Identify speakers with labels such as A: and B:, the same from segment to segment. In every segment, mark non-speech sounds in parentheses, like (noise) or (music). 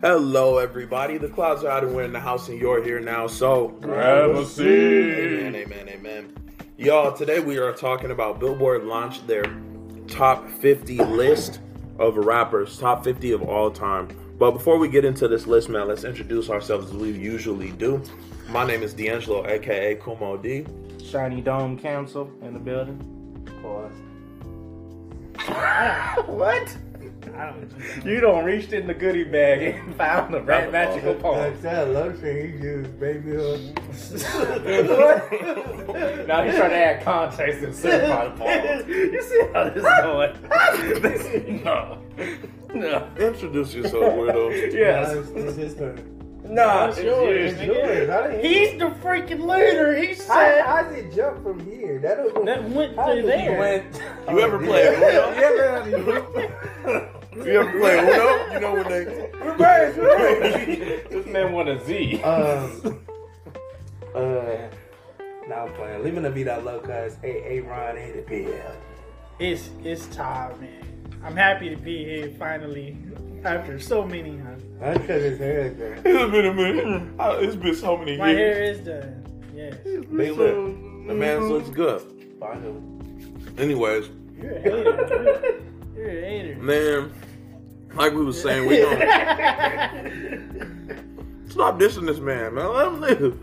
A: Hello, everybody. The clouds are out and we're in the house, and you're here now. So,
B: Grab a seat.
A: Amen, amen, amen. Y'all, today we are talking about Billboard launched their top 50 list of rappers, top 50 of all time. But before we get into this list, man, let's introduce ourselves as we usually do. My name is D'Angelo, aka Kumo D.
C: Shiny Dome Council in the building. Of (laughs) course.
B: What?
C: I don't
B: You don't reached in the goodie bag and (laughs) found the rat magical
D: That's
B: poem.
D: that luxury he just baby
B: Now he's trying to add context and simplify
D: (laughs)
B: the poem. You see how this is going? (laughs) This- no. No.
A: Introduce yourself, weirdo.
B: (laughs) Yes. Uh,
D: It's his turn.
B: Nah,
D: It's yours. It's yours. I didn't
C: He's the freaking leader. He
D: How,
C: said
D: how does it jump from here? That don't
C: that went
D: how
C: through
D: does it
C: there.
D: went-
A: You ever play Uno?
B: (laughs)
A: You ever play Uno? You know when they.
D: Reverse, reverse.
A: (laughs)
B: this man want a Z.
D: Um, (laughs) uh, nah, I'm playing. Leaving the beat I love, cuz. Hey, hey, Ron, hey, the PL.
C: It's it's time, man. I'm happy to be here finally after so many. Huh?
D: That's because his hair is there.
A: It's been a minute. I- It's been so many
C: My
A: years.
C: hair is done. Yes.
A: They look. The man looks good.
D: Finally.
A: Anyways,
C: You're a hater. You're a (laughs) hater.
A: man, like we was saying, we don't stop dissing this man, man. Let him live.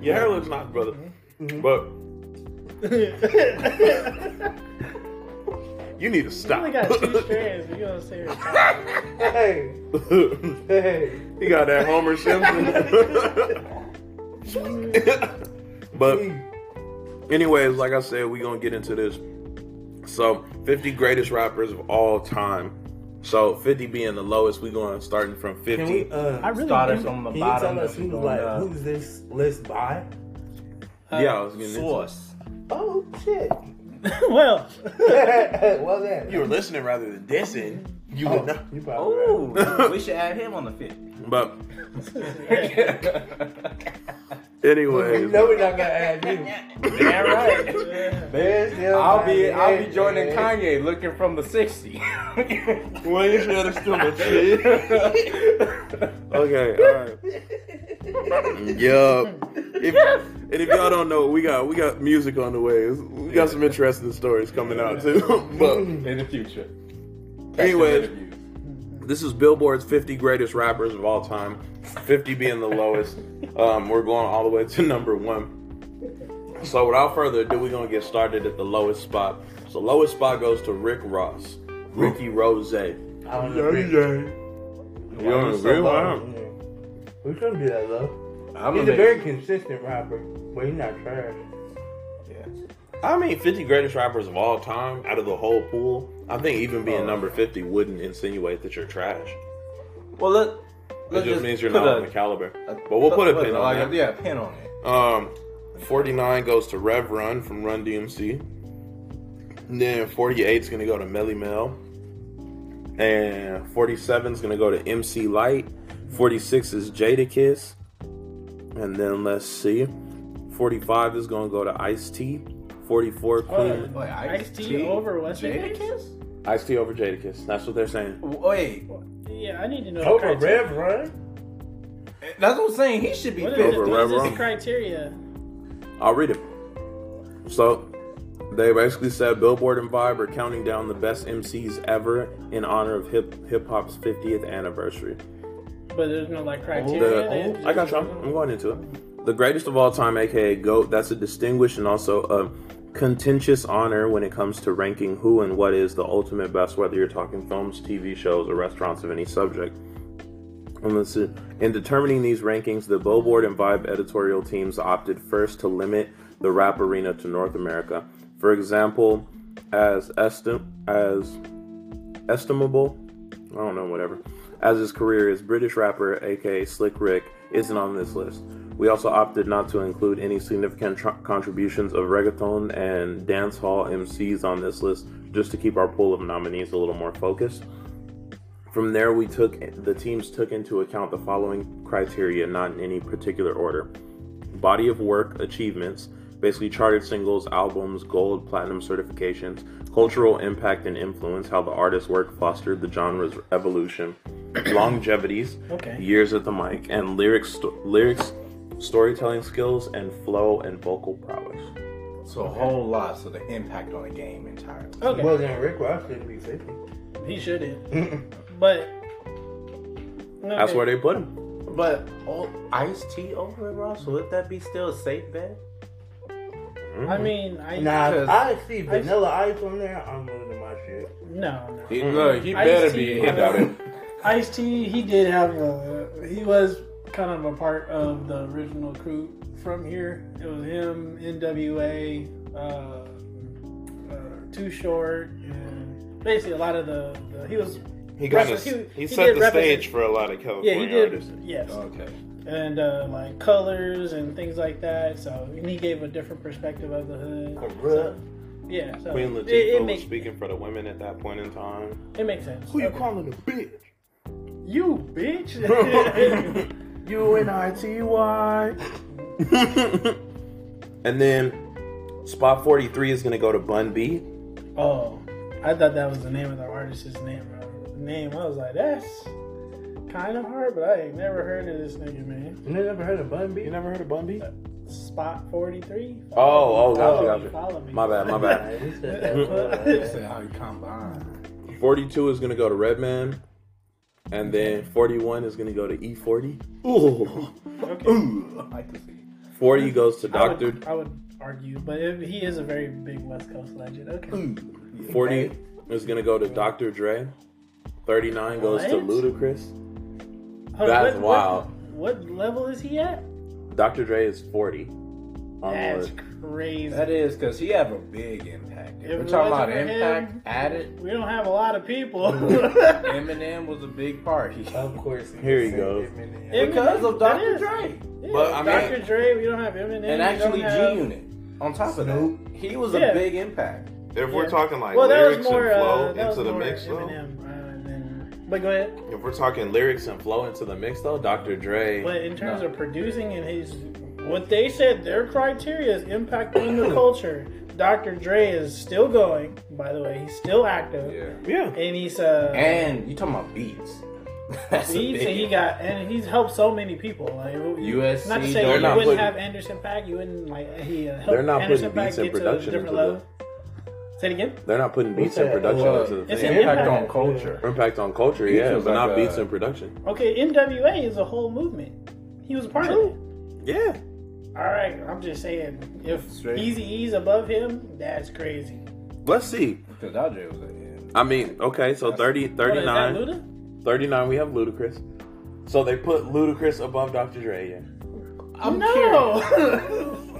A: Your hair looks nice, brother. But you need to
C: You
A: stop.
C: only got
A: (laughs)
C: two strands. You gonna say retarded.
D: Hey, hey.
A: he got that Homer Simpson. (laughs) but anyways, like I said, we gonna get into this. So, 50 greatest rappers of all time. So, 50 being the lowest, we going starting from 50.
D: Can we, uh,
C: I really
B: Start
C: do.
B: us on the
D: can you
B: bottom.
D: tell us who,
B: going
D: like,
B: up.
D: who's this list by?
A: yeah, I was getting into it.
B: Source.
D: Oh, (laughs) shit.
C: (laughs) well,
D: well, then.
A: You were listening rather than dissing. You would know.
D: You probably right.
B: Oh, we should add him on the fifth.
E: (laughs)
A: But
C: yeah,
A: (laughs)
D: You
A: anyways,
D: know we're not gonna add you.
B: Yeah, right.
C: yeah.
D: There's still
B: I'll be
D: not
B: I'll
D: yet,
B: be joining
D: man.
B: Kanye looking from the (laughs) 60.
A: well, (laughs) you should understand my shit. Okay, all right. Yup. If, and if y'all don't know, we got we got music on the way. We got some interesting stories coming out too. (laughs) but
B: in the future.
A: Anyway.
B: Catch some interviews.
A: this is Billboard's 50 greatest rappers of all time, 50 being the lowest. Um, we're going all the way to number one. So without further ado, we're gonna get started at the lowest spot. So lowest spot goes to Rick Ross, Ricky Rose.
D: I don't know. Rick.
A: You don't
B: Why
A: agree?
B: so
A: Why
B: low?
A: not?
D: We shouldn't do that though.
B: I'm
D: He's
B: the
D: a very consistent rapper, but he's not trash.
A: I mean, 50 greatest rappers of all time out of the whole pool. I think even being
B: Oh.
A: number 50 wouldn't insinuate that you're trash.
B: Well, let,
A: It
B: let's
A: just means you're
B: put
A: not
B: a-
A: on the caliber.
B: a-
A: But we'll put a pin
B: like
A: on
B: a- oh,
A: that.
B: Yeah, a pin on it.
A: Um, 49 goes to Rev Run from Run DMC. And then 48 is going to go to Melly Mel. And 47 is going to go to MC Light. 46 is Jadakiss. And then let's see. 45 is going to go to Ice T. 44 Queen.
B: Wait,
C: Ice-T over what's his name?
B: Jadakiss?
A: Ice T over Jadakiss. That's what they're saying.
B: Wait,
C: (laughs) Yeah, I need to know. the
D: Over
C: criteria.
D: Rev Run?
B: that's what I'm saying. He should be
C: What
B: fifth.
C: is,
A: Over
C: what
A: Rev
C: is
A: Run.
C: this criteria?
A: I'll read it. So they basically said Billboard and Vibe are counting down the best MCs ever in honor of hip hip hop's 50th anniversary.
C: But there's no like criteria.
A: The,
C: They have to
A: Oh, I got
C: just-
A: you. I'm I'm going into it. The greatest of all time, aka GOAT, that's a distinguished and also a contentious honor when it comes to ranking who and what is the ultimate best, whether you're talking films, TV shows, or restaurants of any subject. And let's see. In determining these rankings, the Billboard and Vibe editorial teams opted first to limit the rap arena to North America. For example, as esti- as estimable, I don't know, whatever. As his career as British rapper, aka Slick Rick, isn't on this list. We also opted not to include any significant tr- contributions of reggaeton and dancehall MCs on this list, just to keep our pool of nominees a little more focused. From there, we took the teams took into account the following criteria, not in any particular order: body of work, achievements, basically charted singles, albums, gold, platinum
C: (clears throat)
A: certifications, cultural impact and influence, how the artist's work fostered the genre's evolution, longevities,
C: Okay.
A: years at the mic, and lyrics, sto- lyrics, storytelling skills, and flow and vocal prowess.
E: So a whole lot. So the impact on the game entirely.
C: Okay.
D: Well, then Rick Ross shouldn't be 50.
C: he shouldn't. but
A: That's
C: Okay.
A: where they put him.
E: But oh, iced tea over at Ross, would that be still a safe bet?
C: I mean, I
D: Nah, if
E: Because-
D: I see Vanilla Ice on there, I'm losing my shit.
C: no, no.
B: He, look, he
C: Ice
B: better
C: T.
B: be hit out it.
C: (laughs) Ice T, he did have a. He was kind of a part of the original crew from here. It was him, NWA, uh, uh, Too Short, and basically a lot of the. the he was.
B: He
C: got
B: kind
C: us-
B: of
C: he-
B: he,
C: he
B: set
C: did
B: the
C: represent-
B: stage for a lot of California
C: Yeah, he did.
B: artists.
C: Yes,
B: Okay.
C: and uh, like colors and things like that. So and he gave a different perspective of the hood. So,
D: Corrupt.
C: yeah, so
A: Queen
C: it,
A: Latifah
C: it,
A: was
C: makes,
A: speaking for the women at that point in time.
C: it makes sense.
D: Who you
C: Okay.
D: calling a bitch?
C: You
E: (laughs)
C: bitch.
A: U N I T Y. (laughs) And then spot 43 is going to go to Bun B.
C: (laughs) Oh, I thought that was the name of the artist's name. Name. I was like, that's kind of hard, but I ain't never heard of this nigga, man.
D: You never heard of Bun Uh, B?
A: You never heard of Bun B?
C: Spot forty three. (laughs)
A: Oh, oh,
C: Follow
A: gotcha,
C: me,
A: gotcha.
C: follow me.
A: My bad, my bad.
C: (laughs)
D: Nah, he said
E: (laughs)
D: that.
E: Say how you combine.
A: 42 is going to go to Redman. And then 41 is going to go to E E40. Ooh.
E: Ooh, I like to see.
A: 40 goes to
C: (laughs) I would-
A: Dr.
C: I would argue, but it, he is a very big West Coast legend. Okay.
E: Ooh,
A: 40 is going to go to Dr. Dre. 39 goes to
C: What?
A: Ludacris.
C: Hold on,
A: That's
C: what-
A: wild.
C: What, what level is he at?
A: Dr. Dre is 40. on
C: That's
A: the-
C: crazy.
E: That is because he have a big impact. If
C: If
E: we're
C: it
E: talking about
C: wasn't for
E: impact
C: him- (laughs)
E: added,
C: we don't have a lot
E: (laughs)
C: of people. (laughs)
E: Eminem was a big part. He,
D: Of course.
A: Here he
D: said
A: goes.
D: Eminem.
C: It-
E: because of
C: That
E: Dr.
C: is-
E: Dre.
C: Yeah,
E: But, I
C: Dr.
E: mean-
C: Dre, we don't have Eminem.
E: And
C: we don't
E: actually,
C: have-
E: G Unit. On top of that,
D: Snoop.
E: he was
C: Yeah.
E: a big impact.
B: If we're
C: Yeah.
B: talking like
C: Well, that was
B: lyrics
C: more
B: and
C: uh,
B: flow
C: that was
B: into the
C: more
B: mix, though,
C: Eminem, rather than- But go ahead.
A: If we're talking lyrics and flow into the mix, though, Dr. Dre.
C: But in terms of producing and his, what they said their criteria is impact on the culture. Dr. Dre is still going. By the way, he's still active,
E: Yeah.
A: yeah.
C: and he's uh,
E: And you talking about beats? (laughs) That's
C: beats,
E: a big
C: and he got and he's helped so many people. Like
E: USC,
C: not to say
E: they're
C: you
A: not
C: wouldn't
A: putting-
C: have Anderson Pack, you wouldn't like he uh, helped
A: They're not
C: Anderson
A: putting
C: Paak
A: beats in
C: get to a
A: production
C: different
A: into
C: level. Say it again.
A: They're not putting beats and
D: that?
A: production
E: Well,
A: into the
C: it's
E: It's
A: thing.
C: an
E: impact
C: impact.
E: on culture.
A: Impact on culture,
E: Beats
A: yeah,
E: was
A: but
E: like
A: not
E: a-
A: beats and production.
C: Okay, NWA is a whole movement. He was a part of it.
A: Yeah.
C: All right, I'm just saying, if
E: Straight.
C: Easy E's above him, that's crazy.
A: Let's see.
E: Because Dr. was like,
A: I mean, okay, so 30,
C: What, is that
A: 39,
C: Luda?
A: 39 we have Ludacris. So they put Ludacris above Dr. Dre, yeah.
E: I'm
C: no.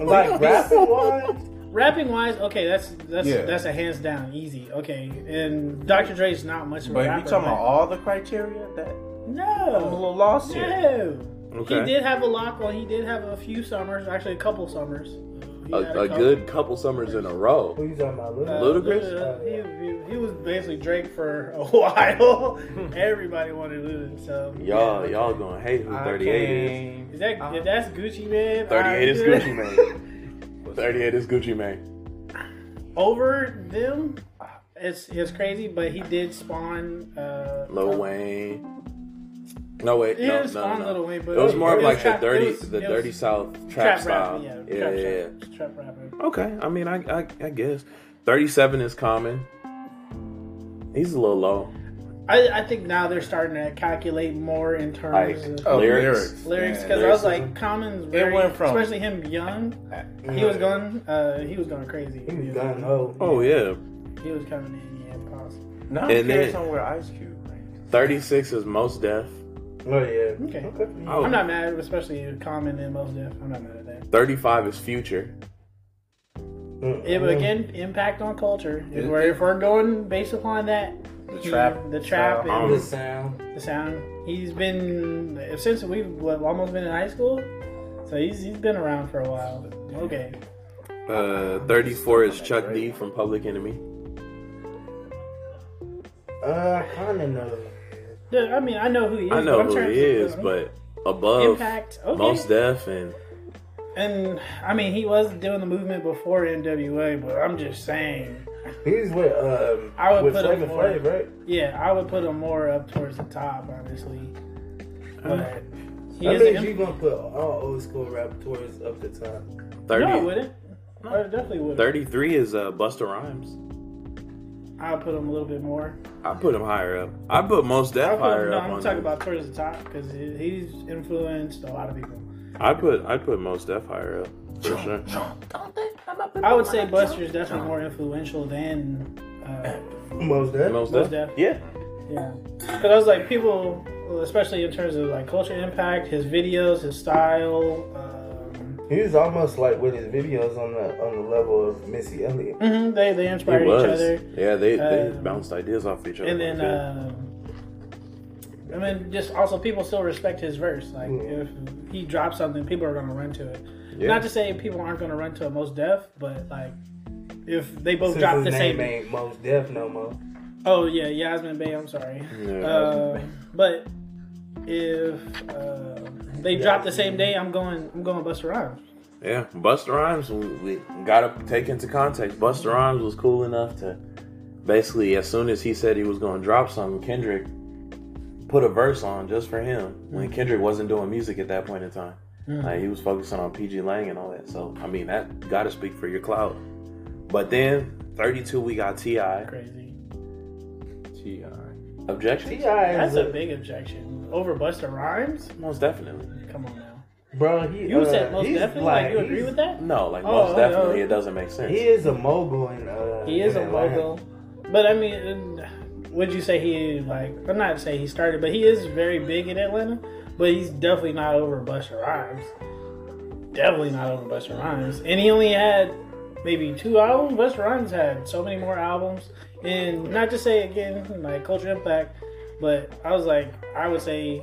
D: Like rapping wise,
C: (laughs) Rapping wise, okay, that's that's
E: Yeah.
C: that's a hands down easy. Okay, and Dr. Dre's not much of a
E: But
C: rapper.
E: you talking about all the criteria? That I'm a
C: no,
E: little lost here.
C: no.
A: Okay.
C: He did have a lock on. He did have a few summers, actually a couple summers. He
A: A,
C: had
A: a
C: couple.
A: good couple summers in a row.
D: who you talking about? Lil?
C: Uh,
A: Ludacris?
C: Luda, he, he, he was basically Drake for
E: (laughs)
C: a (laughs) while. Everybody wanted Luda, so
A: Y'all, y'all gonna hate who 38 is.
E: Okay.
C: Is that if that's Gucci man?
A: 38 is
C: I'm good.
A: Gucci Mane.
C: (laughs)
A: 38 is Gucci Mane.
C: Over them, it's it's crazy, but he did spawn. Uh,
A: Lil Wayne. No wait,
C: He
A: no,
C: did
A: no,
C: spawn
A: no.
C: Lil Wayne, but
A: It was more of
C: it
A: like
C: was
A: the
C: trap- it
A: dirty,
C: was-
A: the
C: it
A: dirty
C: was
A: South trap,
C: Trap
A: style.
C: rapper, yeah,
A: yeah,
C: trap,
A: yeah, yeah.
C: Trap, trap rapper.
A: Okay, I mean, I, I, I guess thirty-seven is common. He's a little low.
C: I, I think now they're starting to calculate more in
A: Like
C: terms of
E: Oh,
A: lyrics.
C: lyrics
E: Yeah,
C: because I was
E: lyrics.
C: like, Common's very,
E: went from-
C: especially him young. He was going, uh, he was going crazy.
D: He was gun ho.
A: Oh yeah,
C: He was coming in, yeah, possible.
E: Now I'm
A: And
E: curious
A: then-
E: on where Ice Cube ranked.
A: thirty-six is most deaf.
D: Oh yeah.
C: Okay.
A: Oh.
C: I'm not mad, especially Common and Mos Def. I'm not mad at that.
A: Thirty-five is future.
D: Mm.
C: It, again, impact on culture. If we're, if we're going based upon that,
E: The
C: he-
E: trap
C: the trap,
E: style.
A: Um,
D: the sound.
C: and the sound. He's been since we've what, almost been in high school, so he's he's been around for a while. Okay,
A: Uh, thirty-four is Chuck D from Public Enemy.
D: Uh, I kind of know.
C: Dude, I mean I know who he is.
A: I know
C: but I'm
A: who
C: trying
A: he
C: to-
A: is, but above
C: impact. Okay,
A: most deaf and
C: and I mean he was doing the movement before NWA, but I'm just saying
D: He's with um
C: I would
D: with
C: put
D: Flavor
C: him more-
D: Flav, right?
C: Yeah, I would put him more up towards the top, honestly.
A: Um,
C: But he
D: I
C: is
D: think
C: an
D: you're
C: imp-
D: gonna put all old school raptors up the top.
C: No, I
A: 30,
C: wouldn't. I definitely would.
A: 33 is uh, Busta Rhymes.
C: I'll put him a little bit more.
A: I put him higher up. I put Most
C: I'll
A: Def
C: put him,
A: higher
C: no,
A: up.
C: I'm
A: on
C: talking
A: there.
C: about towards the top because he's influenced a lot of people.
A: I put I put Most Def higher up for sure.
C: I would say Buster's definitely more influential than uh,
D: Most dead.
A: Most
C: Mos
A: Def.
C: Def.
A: Yeah.
C: yeah. Because I was like people, especially in terms of like culture impact, his videos, his style. Um,
D: He was almost like with his videos on the on the level of Missy Elliott.
C: mhm, they they
A: It
C: inspired each
A: was.
C: other,
A: Yeah, they, they
C: Um,
A: bounced ideas off each other.
C: and
A: like
C: then.
A: that.
C: Um, I mean, just also people still respect his verse. Like, if he drops something, people are gonna run to it.
A: Mm. yeah.
C: Not to say people aren't gonna run to a most deaf, but like, if they both
D: Since
C: Oh,
D: his
C: drop the
D: name
C: same,
D: ain't Most Def no more.
C: Oh yeah, Yasmin Bey. I'm sorry.
A: Yeah,
C: Uh, but if uh, they drop the same day, I'm going. I'm going Busta Rhymes.
A: Yeah, Buster Rhymes, we, we got to take into context. Buster Rhymes was cool enough to basically, as soon as he said he was going to drop something, Kendrick put a verse on just for him
C: Mm.
A: when Kendrick wasn't doing music at that point in time. Like, he was focusing on PG Lang and all that. So, I mean, that got to speak for your clout. But then, 32, we got T.I.
C: Crazy.
E: Ti.
A: Objection?
D: T.I.
C: That's
D: is
C: a big objection over Busta Rhymes.
A: Most definitely.
C: Come on now.
D: bro. He
C: You
D: uh,
C: said most
D: he's
C: definitely.
D: Like,
C: Like you agree
D: he's-
C: with that?
A: No, like,
C: Oh,
A: most
C: oh,
A: definitely,
C: oh.
A: it doesn't make sense.
D: He is a mogul in uh.
C: He is
D: in
C: a
D: Atlanta.
C: mogul. But I mean, would you say he like? I'm not saying he started, but he is very big in Atlanta. But he's definitely not over Busta Rhymes. Definitely not over Busta Rhymes. And he only had maybe two albums. Busta Rhymes had so many more albums. And not to say again like culture impact, but I was like, I would say.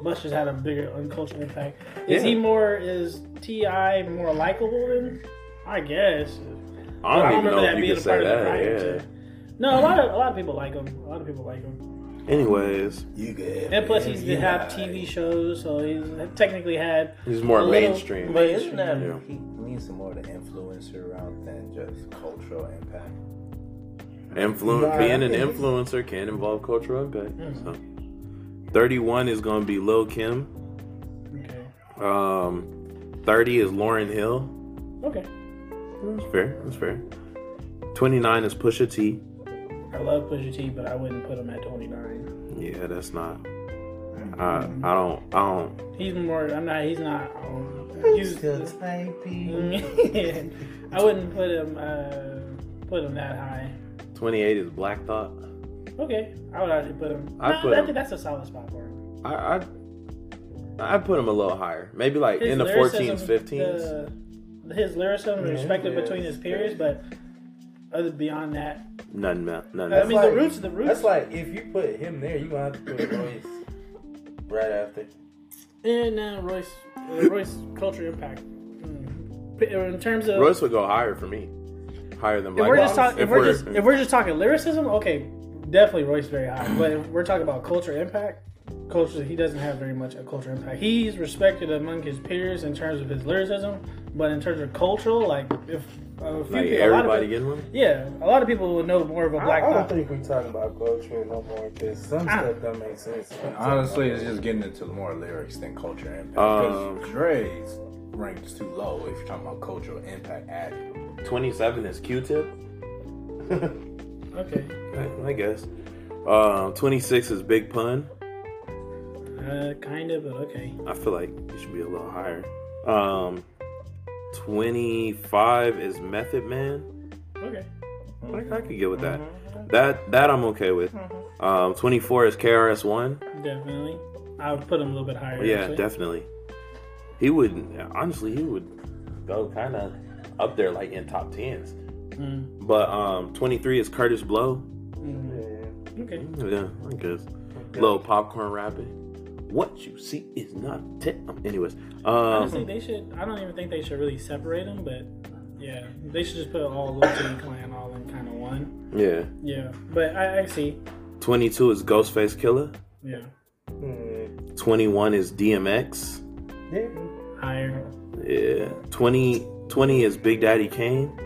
C: Buster's had a bigger on culture impact. Is
A: Yeah.
C: he more is Ti more likable than? I guess.
A: I don't,
C: I
A: even
C: remember
A: know
C: that
A: if you
C: being
A: could
C: a part
A: say
C: of the riot,
A: that.
C: too. No, a lot of a lot of people like him. A lot of people like him.
A: Yeah. Anyways,
D: You good?
C: And plus, he's
D: you
C: been have
D: lie.
C: TV shows, so he's technically had.
A: he's more
C: A little-
A: mainstream.
E: But isn't that
A: Yeah.
E: he needs more of the influencer route than just cultural impact?
A: Influ-
D: Nah,
A: being an
D: I think-
A: influencer can involve cultural impact. So, thirty-one is going to be Lil Kim.
C: Okay.
A: Um, Thirty is Lauren Hill.
C: Okay.
A: That's fair. That's fair. Twenty-nine is Pusha T.
C: I love Pusha T, but I wouldn't put him at 29.
A: Yeah, that's not. I I don't I don't.
C: He's more. I'm not. He's not. Um, used-
D: Still typing.
C: (laughs) I wouldn't put him. Uh, put him that high.
A: Twenty-eight is Black Thought.
C: Okay. I would actually put him.
A: I'd
C: Nah,
A: put
C: I
A: him-
C: think that's a solid spot for him.
A: I I I put him a little higher. Maybe like
C: His
A: in the
C: lyricism,
A: fourteens, fifteens.
C: the- His lyricism,
D: Yeah,
C: respected
D: yeah.
C: between his peers, but other beyond that,
A: None Nothing. None.
C: I
D: That's
C: mean, the
D: like-
C: roots, the roots.
D: That's like if you put him there, you gonna have to put Royce right after.
C: And uh, Royce, uh, Royce culture impact. Mm. P- In terms of
A: Royce would go higher for me. Higher than
C: if
A: Black
C: we're just
A: Thought.
C: talking, if, we're just if we're just talking lyricism, okay, definitely Royce very high. But if we're talking about culture impact, culture he doesn't have very much a culture impact. He's respected among his peers in terms of his lyricism, but in terms of cultural, like if a few
A: like
C: people, a lot
A: everybody
C: of,
A: getting one.
C: yeah, a lot of people would know more of a black.
D: I, I
C: Thought.
D: don't think we're talking about culture no more because some
C: Ah.
D: stuff don't make sense.
E: Honestly, it's just getting into more lyrics than cultural impact.
A: Um,
E: Because Dre's ranks too low if you're talking about cultural impact. At
A: 27 is Q-Tip.
C: Okay,
A: I, I guess. Uh, 26 is Big Pun.
C: uh, kind of, but okay.
A: I feel like it should be a little higher. Um, 25 is Method Man.
C: Okay.
A: I, I could get with that. That that I'm okay with. Um, 24 is KRS-One.
C: Definitely. I would put him a little bit higher.
A: yeah,
C: actually.
A: definitely. He would honestly he would go kind of up there like in top tens.
C: Mm.
A: But um, 23 is Curtis Blow.
C: Mm. Okay.
A: Yeah, I guess. Little popcorn rapping. What you see is not te- um, Anyways,
C: (laughs) Honestly,
A: um,
C: they should. I don't even think they should really separate them, but yeah, they should just put all Lil Teen Clan all in kind of one.
A: yeah.
C: Yeah, but I, I see.
A: 22 is Ghostface Killer.
C: Yeah,
D: Mm,
A: 21 is DMX.
D: yeah.
C: higher.
A: Yeah. 20, 20 is Big Daddy Kane.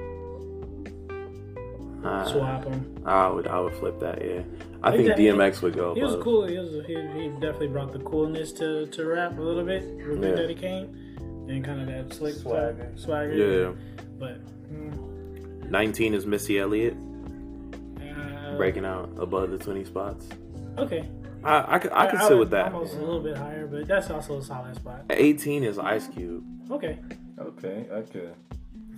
A: Uh,
C: swap him.
A: I would I would flip that. Yeah, I
C: Like
A: think
C: that-
A: DMX would go.
C: He was
A: above.
C: cool. He was he, he definitely brought the coolness to, to rap a little bit. The way
A: Yeah.
C: that he came and kind of that slick swagger,
D: Swagger.
C: swagger.
A: Yeah,
C: But mm,
A: nineteen is Missy Elliott
C: uh,
A: breaking out above the twenty spots.
C: Okay,
A: I I, could I could sit
C: would
A: with that.
C: Almost a little bit higher, but that's also a solid spot.
A: Eighteen is Ice Cube.
C: Okay,
E: Okay, okay.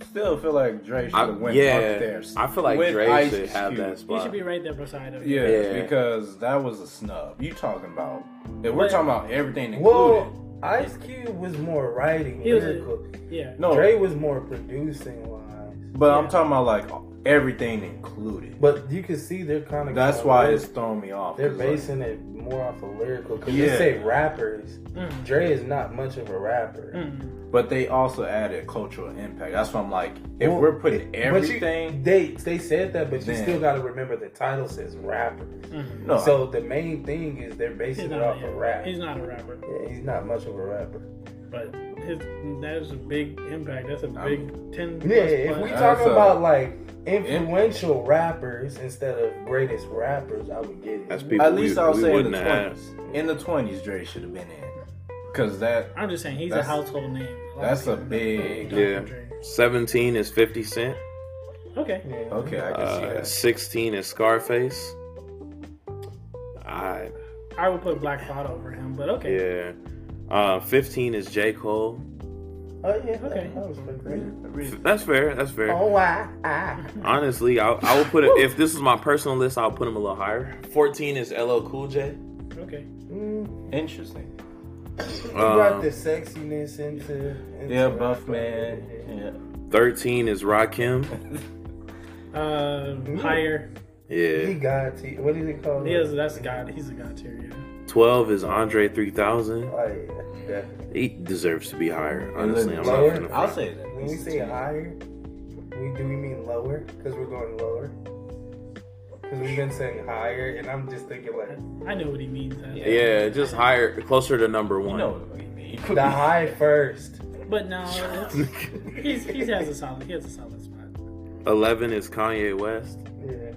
E: Still feel like Dre should
A: I,
E: have went
A: yeah,
E: up there.
A: I feel like
E: with
A: Dre
E: Ice
A: should have
E: Cube.
A: that
C: he should
A: spot.
C: be right there beside him.
E: Yeah,
A: Yeah.
E: because that was a snub. You talking about? If we're
C: But-
E: talking about everything included.
D: Well, Ice Cube was more writing.
C: He was a- Oh.
D: lyrical.
C: yeah.
E: no,
D: Dre was more producing wise.
E: but I'm
C: yeah.
E: talking about like everything included.
D: But you can see they're kind of.
E: That's why it's throwing me off.
D: They're
E: 'cause, like,
D: basing it more off of lyrical because
E: Yeah.
D: they say rappers.
C: Mm,
D: Dre is not much of a rapper.
C: mm.
E: but they also added cultural impact. That's why I'm like, if
D: Well,
E: we're putting
D: but you-
C: Mm.
E: everything,
D: they they said that, but you
E: Then-
D: still got to remember the title says rapper.
E: no,
D: So the main thing is they're
C: Mm. He's
D: basing it
C: not,
D: off
C: yeah,
D: of rap.
C: he's not a rapper,
D: yeah, he's not much of a rapper.
C: but his, that is a big impact. That's a
E: I'm-
C: big ten.
D: Yeah, if we
C: plus
E: that's
D: talking
E: a-
D: about like influential rappers instead of greatest rappers, I would get it.
A: That's people.
E: at least
A: we,
E: I'll
A: we
E: say in
A: wouldn't
E: the
A: have.
E: twenties. In the twenties, Dre should have been in, because that
C: I'm just saying he's a
E: That's-
C: household name. lot of
E: that's a
C: people know
E: big.
C: Dr.
A: Yeah.
C: Dre.
A: Seventeen is Fifty Cent.
C: Okay.
D: yeah. Oh,
E: Okay, I can see
A: Uh,
E: that.
A: Sixteen is Scarface. I
C: I would put Black Thought over him, but okay.
A: yeah. Uh, Fifteen is J Cole.
D: Oh yeah.
C: Okay.
D: That was pretty great.
A: That's fair. That's fair.
D: Oh I, (laughs) I.
A: Honestly, I, I would put it. if this is my personal list, I'll put him a little higher. Fourteen is LL Cool J.
C: Okay.
D: Mm,
E: Interesting.
D: you
A: Um,
D: brought the sexiness into, into
E: Yeah, buff man. Yeah.
A: Thirteen is Rakim.
C: Uh, higher.
D: He
A: Yeah.
D: got to, what is it called?
C: He is. That's a god. He's a god tier. Yeah.
A: Twelve is Andre three thousand.
D: Oh yeah, definitely.
A: He deserves to be higher.
E: And
A: Honestly,
E: then
A: I'm
E: lower,
A: not gonna
E: I'll
A: front.
E: say that.
D: When we say higher, we do we mean lower? Because we're going lower. Because we've been saying higher, and I'm just thinking like
C: I know what he means. That's-
A: Yeah, just higher, closer to number one.
E: You know what we mean. (laughs)
D: the high first.
C: But no, it's- he's he has a solid. He has a solid spot.
A: (laughs) Eleven is Kanye West.
D: Yeah.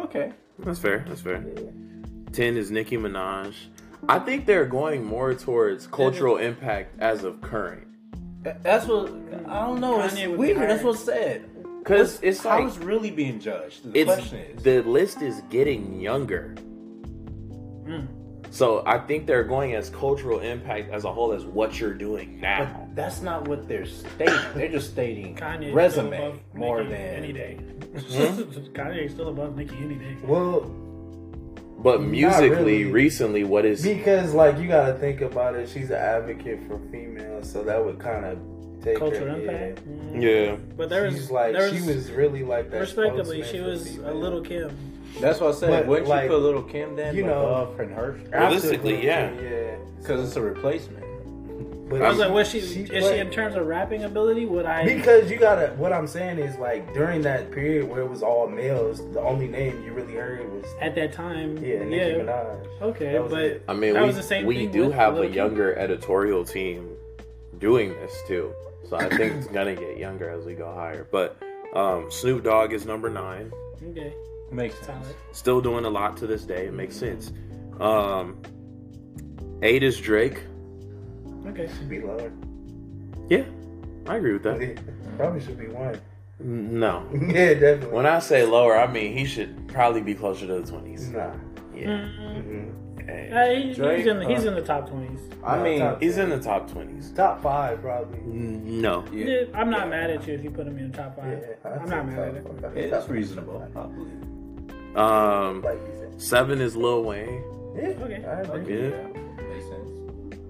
E: Okay.
A: That's fair. That's fair.
D: yeah.
A: Ten is Nicki Minaj. I think they're going more towards cultural impact as of current.
E: That's what I don't know. It's
C: Kanye would be
E: weird. That's
C: hired.
E: what's sad.
A: Because it's
E: I
A: like
E: was really being judged. The
A: it's
E: question is,
A: the list is getting younger.
E: Hmm.
C: Mm.
A: So I think they're going as cultural impact as a whole as what you're doing now.
E: but that's not what they're stating. They're just stating
C: (coughs) Kanye is still
E: resume
C: above
E: more
C: Nicki any
E: than
C: day.
D: Hmm?
C: (laughs) Kanye is still above Nicki any day.
D: Well,
A: But musically,
D: really.
A: recently, what is
D: because like you gotta think about it, she's an advocate for females, so that would kind of take
C: Cultural
D: her, yeah.
C: impact. Mm.
A: yeah?
C: But there
D: She's
C: was
D: like
C: there
D: she
C: was,
D: was really like that.
C: (laughs) respectively she
D: spokesman for
C: was a
D: females.
C: little Kim.
E: that. That's what I said.
D: But,
E: Wouldn't
D: like,
E: you put little Kim then
D: you know-
E: above her and her?
A: Realistically,
D: Absolutely,
A: yeah.
D: yeah.
E: Because it's a replacement.
D: But
C: I was like, was she, is she
D: played-
C: in terms of rapping ability? Would I?
D: Because you gotta. What I'm saying is like during that period where it was all males, the only name you really heard was
C: at that time,
D: yeah Nicki Minaj.
C: Okay,
D: That was
C: but
D: it.
A: I mean,
C: That
A: we,
C: was the same
A: we
C: thing
A: do
C: with
A: have a
C: Lil' Kim.
A: younger editorial team doing this too. So I think it's gonna get younger as we go higher. But um, Snoop Dogg is number nine.
C: okay,
E: Makes sense.
C: solid.
A: Still doing a lot to this day. It makes sense. Um, eight is Drake.
C: Okay,
D: Should be lower.
A: Yeah, I agree with that.
D: (laughs) Probably should be one. (laughs)
A: N- No,
D: yeah, definitely.
A: When I say lower, I mean he should probably be closer to the twenties.
D: nah.
A: Yeah,
D: Mhm.
A: Hey.
C: Uh, he-
E: Drake,
C: he's in the, he's
D: uh-huh.
E: uh,
C: in the top twenties.
E: I
D: No,
E: mean,
D: top-
A: he's in the top twenties.
D: Top five probably.
A: No,
E: yeah,
C: I'm not mad at you if you put him in the top five. I'm not mad at it.
E: yeah, that's reasonable. I believe.
A: um,
D: (laughs) Like you said.
A: seven is Lil Wayne.
D: Yeah,
C: Okay.
D: I agree.
A: Yeah.
E: makes sense.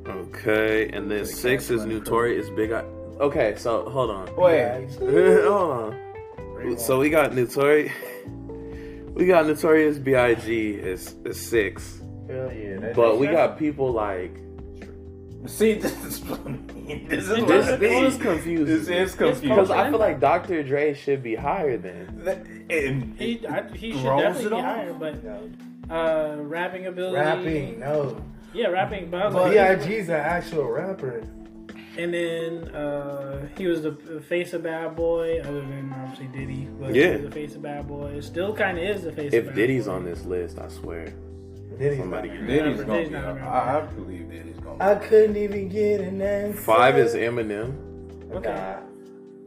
A: Okay, and then
E: Big
A: six
E: Eye
A: is
E: Clan.
A: Notorious Big Eye. Okay, so hold on, (laughs)
E: Wait,
A: hold on. So we got Notorious, (laughs) we got Notorious B.I.G. is is six,
D: Hell yeah. that-
A: but we got people like
E: see, (laughs) this is funny. This is
A: this.
E: what
A: This is
E: confusing. This
A: confusing
E: is confusing.
A: because I feel like Dr. Dre should be higher than.
E: and
C: He, I, he should
E: Throws
C: definitely
E: it
C: be
E: off.
C: higher, but
D: No.
C: uh, rapping ability.
D: Rapping, no.
C: Yeah, rapping. But, I was like,
D: Big's an actual rapper.
C: And then uh, he was the the face of Bad Boy, other than obviously Diddy. But
A: Yeah.
C: he was the face of Bad Boy. Still kind of is the face of
A: If
C: Bad
A: Diddy's
C: Boy.
A: on this list, I swear.
D: Diddy's
A: Somebody
D: not-
A: get
E: Diddy's gonna
C: Diddy's
E: be.
C: not around.
E: I, I believe Diddy's gonna. Be.
D: I couldn't even get an answer.
A: Five is Eminem.
C: Okay.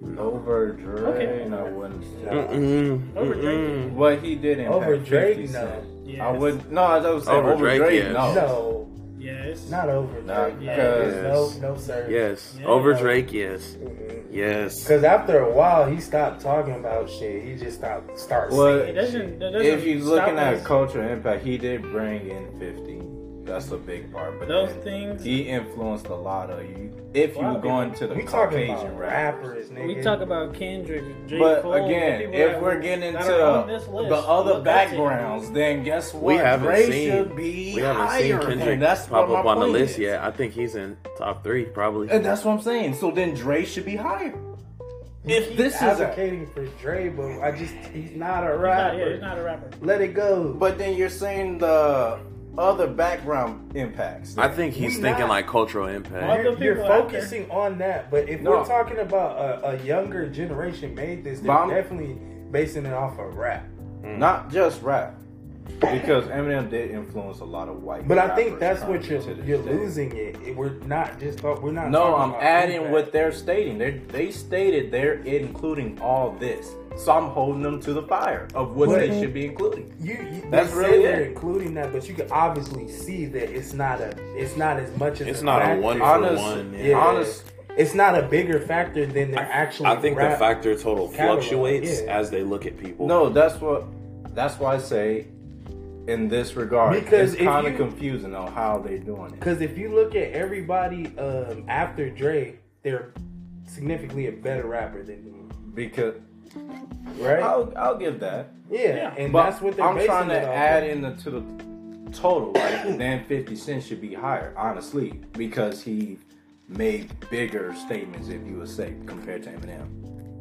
D: Nah.
E: Over Drake,
C: Okay.
E: I wouldn't.
A: Mm-mm.
C: Over Drake.
A: mm-mm.
E: But he did impact
D: Over Drake,
E: 50
D: no.
E: Cent.
C: Yes.
E: I would no. I was saying
A: Over
E: over,
A: Drake,
E: Drake.
A: yes.
E: no.
D: No,
C: Yes.
D: not over.
E: Nah,
D: Drake. No,
E: because-
D: there's no, no sir.
A: Yes.
C: Yeah.
A: Over Drake, yes.
D: Because
A: Yes.
D: after a while, he stopped talking about shit. He just stopped start
E: Well,
C: It doesn't, that doesn't
E: If you're looking
C: stop
E: at
C: us.
E: cultural impact, he did bring in 50. That's a big part. But
C: those
E: then
C: things,
E: he influenced a lot of you. If you
C: Wow.
E: were going to
D: singing.
E: the
D: We talking
E: Caucasian
D: about
E: rap.
D: rappers, nigga.
C: we talk about Kendrick, J.
E: But
C: Cole, the
E: again,
C: people
E: if
C: that-
E: we're getting
C: that
E: into
C: are on this list,
E: the
C: look
E: other
C: up to
E: backgrounds, then guess what?
A: We haven't
E: Dre
A: seen-
E: should be
A: We haven't
E: higher,
A: seen
E: and
A: Kendrick
E: that's
A: pop
E: what
A: up
E: my
A: on the
E: point
A: list
E: is.
A: yet. I think he's in top three, probably.
E: And that's what I'm saying. So then Dre should be higher. If
D: He's
E: this is a,
D: advocating for Dre, but I just he's not a
C: He's not, yeah, he's
D: rapper.
C: not a rapper.
D: Let it go.
E: but then you're saying the other background impacts.
A: I think he's
D: We
A: thinking
D: not-
A: like cultural impact.
D: you're,
C: Other
D: you're
C: people out there.
D: focusing on that. But if
E: No.
D: we're talking about a, a younger generation made this, they're
E: Bomb-
D: definitely basing it off of rap.
E: Not just rap. Because Eminem did influence a lot of white.
D: But I
E: rappers
D: think that's what
E: currently
D: you're
E: to this
D: you're
E: day.
D: losing it. It- We're not just talk- we're not.
E: No,
D: talking
E: I'm
D: about
E: adding
D: impact.
E: what they're stating. They they stated they're including all this, so I'm holding them to the fire of what they
D: But-
E: should be including.
D: you. you
E: That's
D: that's
E: really
D: really they're
E: it.
D: including that, but you can obviously see that it's not a it's not as much as
A: It's not a
D: factor.
A: one for
E: Honest-
A: one.
D: Yeah.
A: Yeah.
E: Honest,
D: It's not a bigger factor than their actual.
A: I think the
D: rap.
A: factor total
D: catalog,
A: fluctuates
D: yeah.
A: as they look at people.
E: no, that's what that's why I say in this regard
D: Because
E: it's
D: if
E: kind
D: you-
E: of confusing on how they're doing it.
D: Because if you look at everybody um, after Dre, they're significantly a better rapper than him,
E: Because
D: right?
E: I'll I'll give that,
D: yeah.
C: Yeah.
D: and
E: but
D: that's what they're
E: I'm
D: basing
E: trying to
D: it off
E: add
D: of.
E: in the, to the total. Like then Fifty Cent should be higher, honestly, because he made bigger statements, if you would say, compared to Eminem.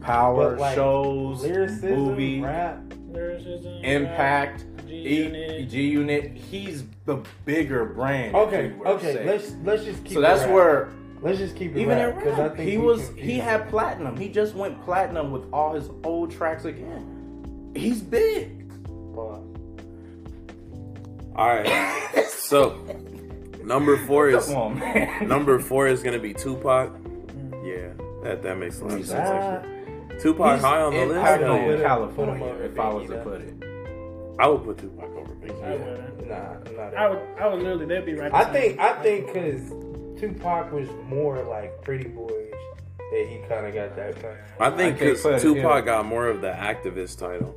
E: Power
D: But, like,
E: shows,
D: lyricism,
E: movie,
D: rap.
C: Lyricism,
E: impact,
C: rap,
E: E-
C: G-Unit.
E: G Unit. He's the bigger brand. if
D: Okay,
E: you were to
D: okay.
E: say.
D: Let's let's just keep.
E: so
D: it
E: that's
D: rap.
E: where
D: let's just keep it
E: even
D: rap,
E: in
D: 'cause I
E: rap,
D: think
E: he
D: we
E: was
D: confuse
E: he
D: it.
E: had platinum. He just went platinum with all his old tracks again. He's big.
D: Pause.
A: All right. So number four is
E: Come on, man. (laughs)
A: number four is gonna be Tupac. Yeah, that that makes a lot of sense.
D: Ah,
A: Actually. Tupac
E: He's
A: high on the
E: in
A: list.
E: Idaho,
A: Hell yeah.
D: Put him-
E: California,
D: put him over
E: if I was
D: Biggie,
E: to
D: though.
E: put it.
A: I would put Tupac over Big
C: I
A: E.
C: wouldn't.
D: nah, not
C: I would, I would literally, they'd be right
D: I
C: beside
D: think
C: me.
D: I think because Tupac was more like pretty boyish that he kind of got that kind.
A: I think
E: Okay,
A: because
E: put it,
A: Tupac
E: yeah.
A: got more of the activist title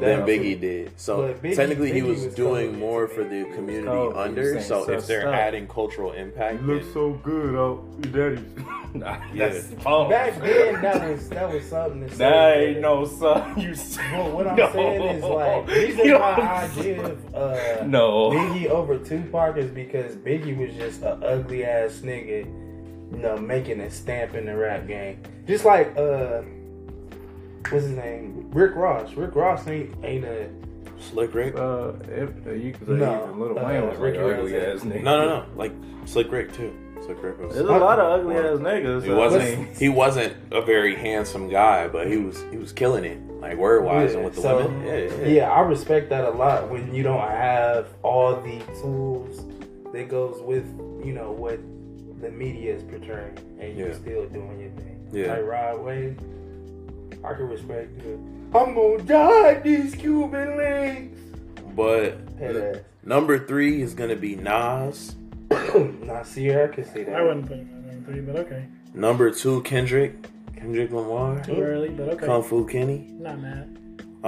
A: than
D: that-
A: Biggie did. So
D: But Biggie-
A: technically, he
D: Biggie
A: was,
D: was
A: doing
D: covered.
A: more for the
D: Biggie was
A: community
E: covered. He was
A: under.
E: saying
A: So if
E: such
A: they're
E: stuff.
A: adding cultural impact, then-
E: so good, oh, your daddy's. (laughs) nah, that's false. (laughs)
D: Back then, that was that was something. To say,
E: That ain't no son. You.
D: But what
E: (laughs)
D: I'm
E: No.
D: saying is like reason
E: (laughs) You know
D: why
E: what
D: I
E: I'm saying?
D: give uh,
E: No.
D: Biggie over Tupac is because Biggie was just a ugly ass nigga, you know, making a stamp in the rap game. Just like uh, what's his name? Rick Ross. Rick Ross ain't ain't a
A: Slick Rick.
E: Uh, if, uh, you could say
D: No.
E: even Little
D: Uh,
E: Wayne was like
D: Ricky
E: ugly
D: Rose.
E: ass nigga.
A: No, no, no. Like Slick Rick too. Slick Rick
E: There's a
A: was.
E: lot of ugly ass niggas.
A: He
E: I
A: wasn't.
E: mean,
A: He wasn't a very handsome guy, but he was. He was killing it, like word wise, and with the
D: so,
A: women. Yeah, yeah.
D: yeah, I respect that a lot when you don't have all the tools that goes with you know what the media is portraying, and
A: Yeah.
D: you're still doing your thing.
A: Yeah.
D: like Rod Wave, I can respect it. I'm gonna die these Cuban links.
A: But
D: Head
A: number three is gonna be Nas.
D: ass. (coughs) nah, Sierra, I can see that.
C: I wouldn't put him at number three, but okay.
A: Number two, Kendrick. Kendrick Lamar.
C: Too early, but okay.
A: Kung Fu Kenny.
C: Not mad.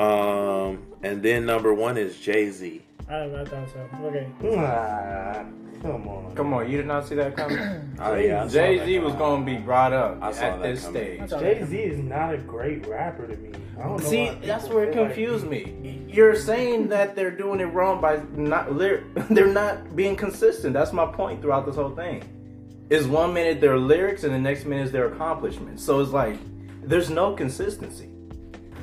A: Um, and then number one is Jay Z.
C: I, I thought so. Okay.
D: Nah, come on.
E: Come on, you did not see that coming.
A: yeah, (clears throat) I saw
E: Jay
A: that
E: Z was
A: guy.
E: gonna be brought up
A: I saw that
E: at this
A: coming.
E: stage.
C: That's all right.
D: Jay Z is not a great rapper to me. I don't know.
E: See,
D: why
E: that's
D: people
E: where it
D: feel like
E: confused
D: he-
E: me. You're saying that they're doing it wrong by not lyric. (laughs) They're not being consistent. That's my point throughout this whole thing. Is one minute their lyrics and the next minute is their accomplishments. So it's like there's no consistency.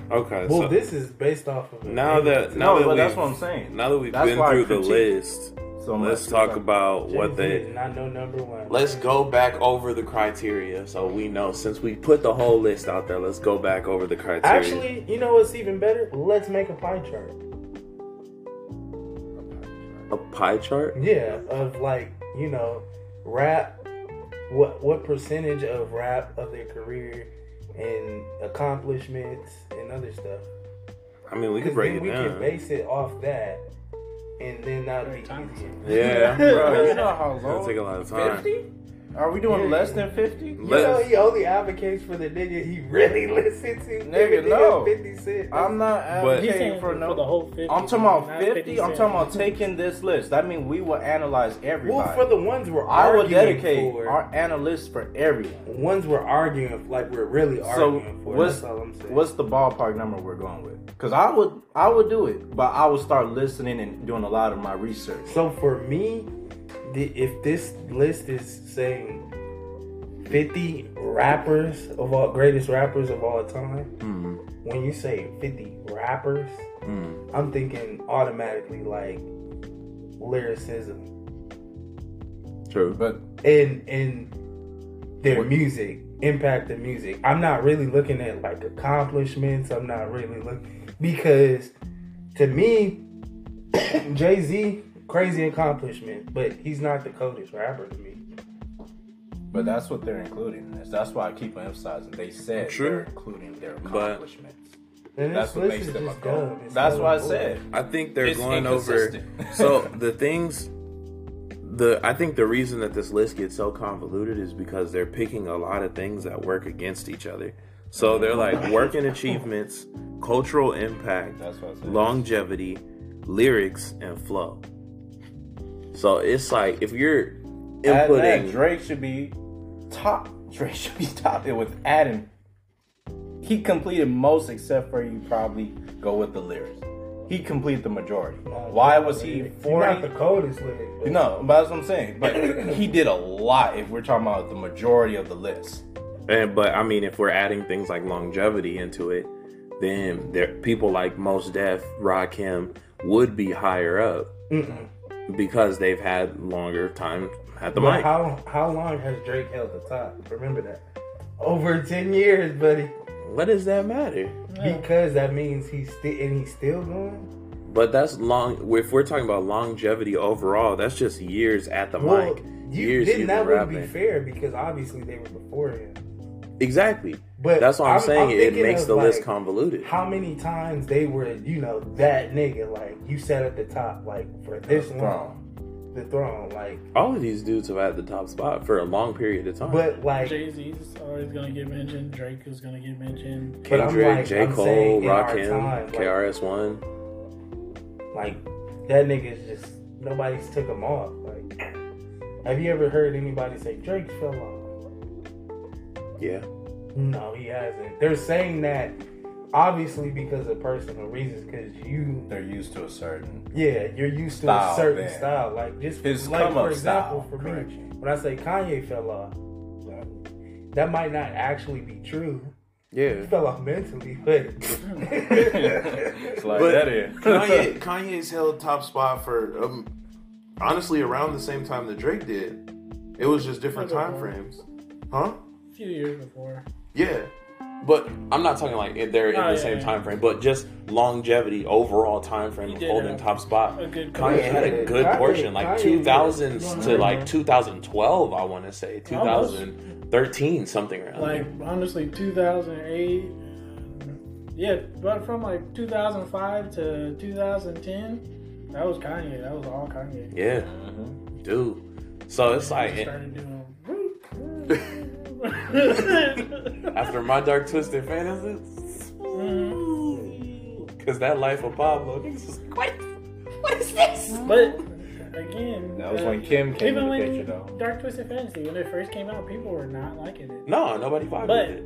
A: Okay.
D: Well,
A: so
D: this is based off of a
A: now that now
E: No,
A: that
E: but
A: we've-
E: that's what I'm saying.
A: Now that we've
E: That's
A: been
E: why I
A: through the
E: critique-
A: list,
E: So
A: Let's
E: much.
A: talk
E: (laughs)
A: about what
D: Jay-Z
A: they
D: is not no number one.
A: Let's go back over the criteria so we know. Since we put the whole list out there, let's go back over the criteria.
D: Actually, you know what's even better? Let's make a pie chart.
A: a pie chart?
D: Yeah, of like you know, rap. What what percentage of rap of their career and accomplishments and other stuff?
A: I mean, we could
D: 'Cause
A: break
D: then
A: it
D: we can
A: down.
D: base it off that, and then that'd
C: Very
D: be
C: time
D: easier.
A: yeah,
E: Bro,
A: bro,
D: (laughs)
E: you know how
A: it's gonna take a
E: long?
A: lot of time.
E: Fifty? Are we doing less than fifty?
D: You know,
A: Let's,
D: he only advocates for the nigga he really (laughs) listens to.
E: Nigga,
D: Nigga,
E: no.
D: Fifty Cent.
E: I'm not
A: But-
C: He's
E: advocating
C: saying
E: for
C: the
E: no.
C: whole 50.
E: I'm talking about
C: not
E: fifty. I'm
C: cents.
E: talking about taking this list. That means we will analyze
D: well for
E: everybody.
D: the ones we're
E: I will
D: arguing
E: dedicate
D: for.
E: our analysts for everyone.
D: ones we're arguing, like we're really
E: So
D: arguing for.
E: what's
D: That's all I'm saying.
E: what's the ballpark number we're going with? Cause I would I would do it, but I would start listening and doing a lot of my research.
D: So for me, the, if this list is saying 50 rappers of all greatest rappers of all time,
E: Mm-hmm.
D: when you say 50 rappers, I'm thinking automatically like lyricism
A: true.
E: But
D: and and their music impact the music. I'm not really looking at like accomplishments. I'm not really looking because to me, (coughs) Jay Z crazy accomplishment, but he's not the coldest rapper to me.
E: but that's what they're including in this. That's why I keep emphasizing. They said
A: True.
E: they're including their accomplishments.
D: And
E: that's
D: this
E: what
D: list
E: makes
D: is
E: them a
D: just
E: goal.
D: dumb. It's
E: That's
D: so
E: why I
D: boring.
E: said
A: I think they're
E: It's
A: going over.
E: inconsistent. (laughs)
A: so the things, the I think the reason that this list gets so convoluted is because they're picking a lot of things that work against each other. So they're like working achievements, cultural impact,
E: That's what I said.
A: longevity, lyrics, and flow. So it's like if you're
E: Add that,
A: inputting,
E: Drake should be top. (laughs) Drake should be top there with Adam. He completed most except for you probably go with the lyrics. He completed the majority. Why was he
D: He's not the
E: 40?
D: coldest lyric. but-
E: No, but that's what I'm saying. But he did a lot if we're talking about the majority of the list.
A: and, but I mean, if we're adding things like longevity into it, then there people like Most Def, Rakim would be higher up because they've had longer time at the
D: Mm-hmm. But
A: mic.
D: how how long has Drake held the top? Remember that. Over ten years, buddy.
A: what does that matter?
D: Because that means he's still and he's still going.
A: But that's long. If we're talking about longevity overall, that's just years at the
D: Well,
A: mic,
D: you
A: years
D: didn't.
A: even
D: That would be
A: rapping.
D: fair because obviously they were before him.
A: exactly.
D: But
A: that's what I'm,
D: I'm-
A: saying. it
D: I'm thinking
A: makes
D: of,
A: the list
D: like,
A: convoluted.
D: How many times they were, you know, that nigga? Like you sat at the top, like for this long, the throne. Like,
A: All of these dudes have had the top spot for a long period of time.
D: but like,
C: Jay Z's always going to get mentioned. Drake is going to get mentioned.
D: but I'm
A: Kendrick,
D: like,
A: J.
D: I'm
A: Cole,
D: saying in our
A: Rakim,
D: time, like-
A: KRS-One.
D: like that nigga's just nobody's took him off. Like, have you ever heard anybody say Drake fell off?
A: Yeah.
D: No, he hasn't. They're saying that obviously because of personal reasons, because you
E: They're used to a
D: (laughs)
E: certain.
D: Yeah, you're used to
E: Style
D: a certain
E: then.
D: style. Like just
E: His
D: like
E: come-up
D: for example,
E: style,
D: for
E: correct.
D: me, when I say Kanye fell off, that might not actually be true.
A: Yeah.
D: He fell off mentally, (laughs) but
E: it's like
A: But
E: that
A: (laughs)
E: is.
C: (laughs)
A: Kanye, Kanye's held top spot for um, honestly around the same time that Drake did. It was just different time frames, huh?
C: A few years before.
A: Yeah, but I'm not talking like if they're in
C: Oh,
A: the
C: yeah,
A: same
C: yeah.
A: time frame, but just longevity overall time frame of
C: did
A: holding
C: have
A: top spot.
C: a good
A: Kanye had a
D: career.
A: good
D: Kanye-
A: portion, like
D: Kanye
A: 2000s
C: did.
A: to like 2012, I want to say 2013, something around
C: Like,
A: there.
C: honestly, 2008. Yeah, but from like 2005 to 2010, that was Kanye. That was all Kanye.
A: Yeah,
D: Mm-hmm.
A: dude. So it's
C: He
A: like
C: started
A: (laughs)
C: doing.
A: after my dark twisted fantasies.
C: Mm-hmm.
A: Cause that life of Pablo, he's just like, what? What is this?
C: (laughs) But
E: (laughs)
C: again,
E: That was
C: uh,
E: when Kim came in
C: even
E: the
C: when
E: picture, though.
C: Dark Twisted Fantasy, when it first came out, people were not liking it.
A: No, nobody vibed
C: But-
A: with it.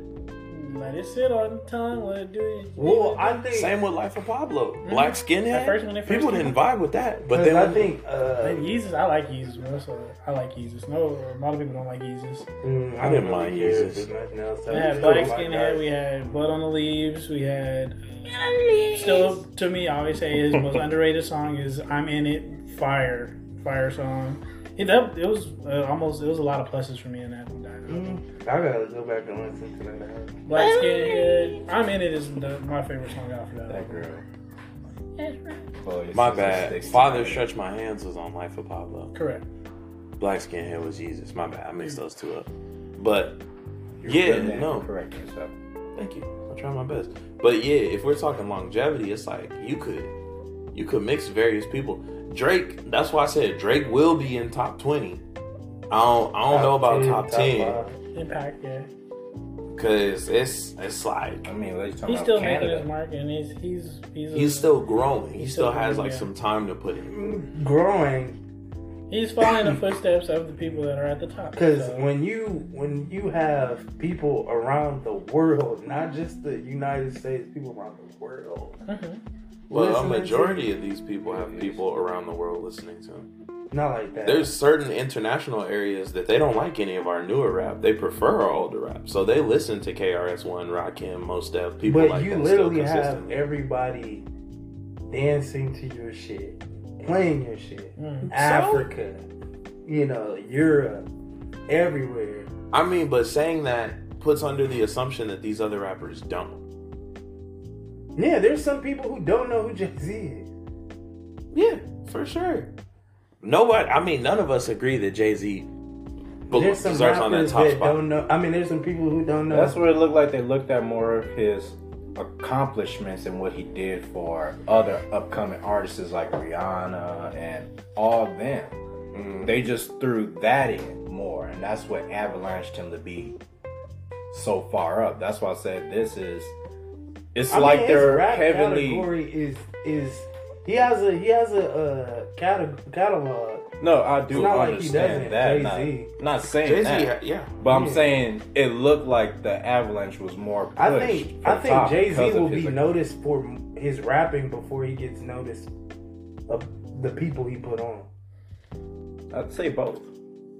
C: Let it sit on the tongue, let it do it.
D: well, I think
A: Same with Life of Pablo, Black
C: Mm-hmm. At
A: Skinhead.
C: first, when it first
A: people
C: came
A: didn't vibe with that, but
D: 'cause
A: then
D: I
A: when-
D: think uh,
C: And Yeezus, I like Yeezus, bro. So I like Yeezus. No, a lot of people don't like Yeezus.
D: mm,
A: I didn't mind
D: years
A: Jesus.
D: nothing else.
C: We had Black Skinhead, we had Blood on the Leaves, we had. Still, to me, I always say his most underrated song is "I'm in It." Fire, fire song. It, that, it was uh, almost it was a lot of pluses for me in that one.
D: Mm, I gotta go back and listen to that. album.
C: Black skin, I'm in it is the, my favorite song out for that.
E: That
C: album.
E: girl.
A: My bad. Father Stretch My Hands was on Life of Pablo.
C: Correct.
A: Black Skin Hair was Jesus. My bad. I mixed those two up. But
E: You're
A: yeah,
E: good, man.
A: no.
E: Correct yourself.
A: Thank you. I'll try my best. But yeah, if we're talking longevity, it's like you could you could mix various people. Drake, that's why I said Drake will be in top twenty. I don't I don't know about top, ten
D: five.
C: Impact, yeah.
A: because it's it's like
E: I mean, let's talk
C: He's
E: about
C: still making his
E: Canada.
C: mark, and he's he's he's, a-
A: he's still growing. He
C: He's
A: still
C: still
A: has
C: growing,
A: like
C: yeah.
A: some time to put in.
D: Mm, Growing,
C: he's following the footsteps of the people that are at the top.
D: because
C: so.
D: when you when you have people around the world, not just the United States, people around the world.
C: Mhm.
A: Well, a
D: listening to-
A: majority of these people have people around the world listening to him.
D: Not like that.
A: There's certain international areas that they don't like any of our newer rap. They prefer our older rap, so they listen to KRS One, Rakim, Most Def, people
D: but
A: like
D: you
A: that
D: literally
A: still
D: have
A: consistently.
D: everybody dancing to your shit, playing your shit.
C: Mm.
D: Africa, you know, Europe, everywhere.
A: I mean, but saying that puts under the assumption that these other rappers don't.
D: Yeah, there's some people who don't know who Jay Z is.
A: Yeah, for sure. Nobody. I mean, none of us agree that Jay Z
D: There's some
A: deserves on that
D: rappers
A: top
D: that
A: spot.
D: don't know. I mean, there's some people who don't know.
E: That's where it looked like they looked at more of his accomplishments and what he did for other upcoming artists like Rihanna and all them.
D: Mm-hmm.
A: Mm.
E: They just threw that in more, and that's what avalanched him to be so far up. That's why I said this is. It's
D: I mean,
E: like
D: his
E: they're
D: rap
E: heavenly.
D: category is is he has a he has a uh, catalog, catalog.
E: No, I do
D: It's not like he
E: understand
D: doesn't,
E: that.
D: Jay-Z.
E: Not, not saying
A: Jay
E: that.
A: Z, yeah.
E: But I'm
D: Yeah.
E: saying it looked like the avalanche was more. Pushed
D: I think
E: for
D: I
E: the
D: think
E: top
D: Jay Z
E: because of
D: will
E: his-
D: be noticed for m- his rapping before he gets noticed of the people he put on.
E: I'd say both.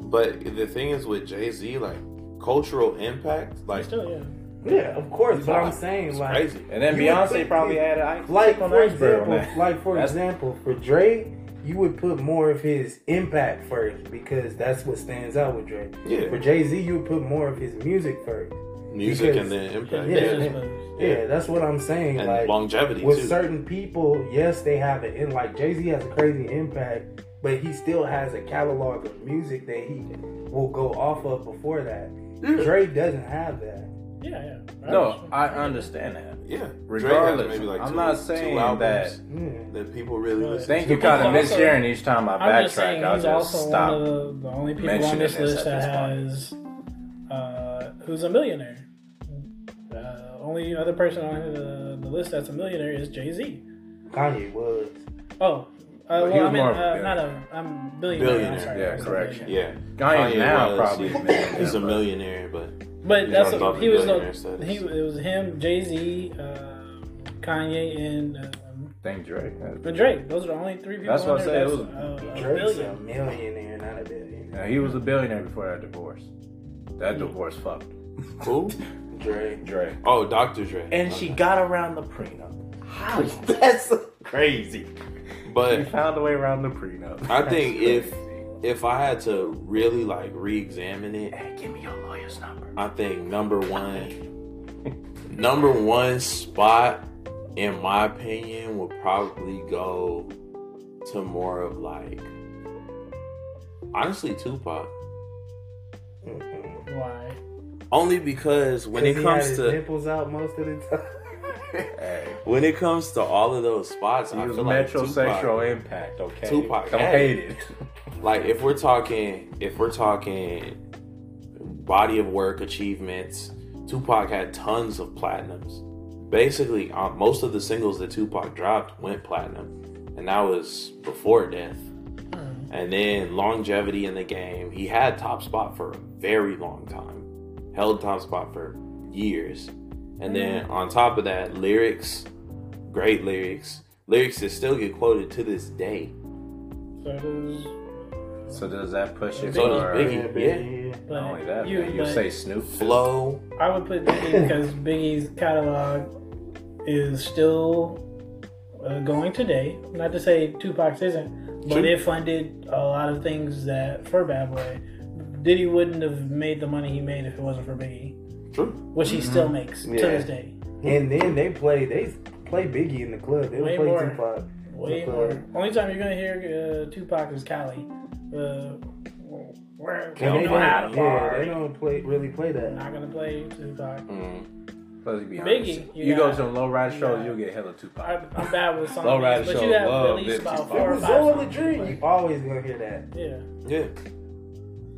A: But the thing is with Jay Z, like cultural impact, like
C: Still, yeah.
D: Yeah, of course.
A: he's
D: But I'm
A: like-
D: saying
A: it's
D: like
A: crazy.
E: And then
D: You would
E: Beyonce
D: think-
E: probably had an
D: like
E: on
D: for
E: iceberg on
D: example,
E: that.
D: like for
E: That's-
D: example, for Dre, you would put more of his impact first because that's what stands out with Dre.
A: Yeah.
D: For Jay Z, you would put more of his music first.
A: music and
D: Because-
A: then impact,
D: Yeah,
A: yeah,
C: Business
D: yeah.
C: moves.
D: Yeah, that's what I'm saying.
A: and
D: like
A: longevity
D: with
A: too.
D: certain people, yes, they have it. And like Jay Z has a crazy impact, but he still has a catalog of music that he will go off of before that.
C: Mm.
D: Dre doesn't have that.
C: Yeah, yeah.
E: No, I understand that.
A: yeah, Drake has
E: Regardless, I'm
A: two-
E: not
A: two
E: saying
A: albums
D: Yeah.
A: that people really
C: But-
A: listen.
E: Thank
A: to.
E: you, kind of
C: He's also-
E: mishearing each time I
C: I'm just
E: backtrack.
C: saying
E: I'll
C: he's
E: just
C: also
E: stop.
C: one of the, the only people on
E: mentioning
C: this
E: this
C: list
E: at
C: that
E: this
C: has uh, who's a millionaire. Uh, only other person on the, the list that's a millionaire is Jay Z.
D: Kanye was.
C: Oh, uh,
E: But he
C: well,
E: was
C: I mean,
E: more of a
C: uh, not a, I'm billionaire.
A: Billionaire,
C: I'm sorry,
E: yeah,
C: I was a
E: correction.
C: billionaire.
A: Yeah,
E: Kanye now
A: was,
E: probably
A: yeah.
E: a millionaire,
A: (laughs) he's a
E: but-
A: millionaire, but
C: But
A: He's
C: that's
A: on top
C: what,
A: of
C: he was.
A: billionaire
C: The,
A: status.
C: he it was him, Jay Z, um Kanye, and um,
E: Thank Drake.
C: and Drake. Those are the only three people.
E: That's what
C: on
E: I
C: there
E: said, it
C: that's, uh, a
D: Drake's a
C: billionaire.
D: millionaire, not a billionaire.
E: Yeah, he was a billionaire before that divorce. That divorce fucked
A: who?
D: Dre.
E: Drake.
A: Oh, Dr. Dre.
E: And she got around the prenup. How? (laughs) That's crazy. She
A: But
E: found a way around the prenup.
A: I think
E: That's
A: if
E: crazy.
A: if I had to really like re-examine it,
E: Hey, give me your lawyer's number.
A: I think number one, number one spot, in my opinion, would probably go to more of like, honestly, Tupac.
D: Mm-mm.
C: Why?
A: Only because when it
D: He had
A: comes
D: his
A: to
D: nipples out most of the time.
E: Hey,
A: when it comes to all of those spots,
E: he
A: I
E: was
A: feel like Tupac,
E: metrosexual impact. Okay,
A: Tupac
E: Don't
A: had
E: hate it.
A: like if we're talking if we're talking body of work achievements tupac had tons of platinums basically uh, most of the singles that tupac dropped went platinum and that was before death
C: Um,
A: and then longevity in the game he had top spot for a very long time held top spot for years and then on top of that lyrics great lyrics lyrics that still get quoted to this day
C: So does
E: (laughs) So does that push it
A: So does
E: for
A: Biggie.
D: Yeah,
A: Yeah.
D: (laughs) baby.
C: but
E: not only that?
C: you,
E: You, you
C: but
E: say Snoop
A: flow
C: I would
E: (laughs)
C: put Biggie because Biggie's catalog is still uh, going today. Not to say Tupac's isn't, but it funded a lot of things that for Bad Boy, Diddy wouldn't have made the money he made if it wasn't for Biggie,
A: True.
C: which
E: Mm-hmm.
C: he still makes to
D: Yeah.
C: this day.
D: And then they play they play Biggie in the club. They
C: Way
D: would play
C: more.
D: Tupac.
C: Way
D: Okay.
C: more. Only time you're gonna hear uh, Tupac is Cali. Uh, we're, we
D: And they
C: know how
D: don't,
C: to
D: yeah, they
C: party.
D: don't play really play that.
C: Not gonna play Tupac.
A: Mm.
E: Let's be honest.
C: Biggie,
E: You,
C: you
E: go
C: got-
E: to a low rider show,
C: yeah.
E: you'll get hella Tupac.
C: I, I'm bad with songs,
E: Low Rider
C: but
E: Show
C: you have
E: love
C: at least
E: Biggie
C: about
E: Tupac.
C: four or
D: It was
C: five
D: all a
C: songs
D: dream.
C: you
D: You
C: play.
D: always gonna hear that.
C: Yeah.
A: Yeah.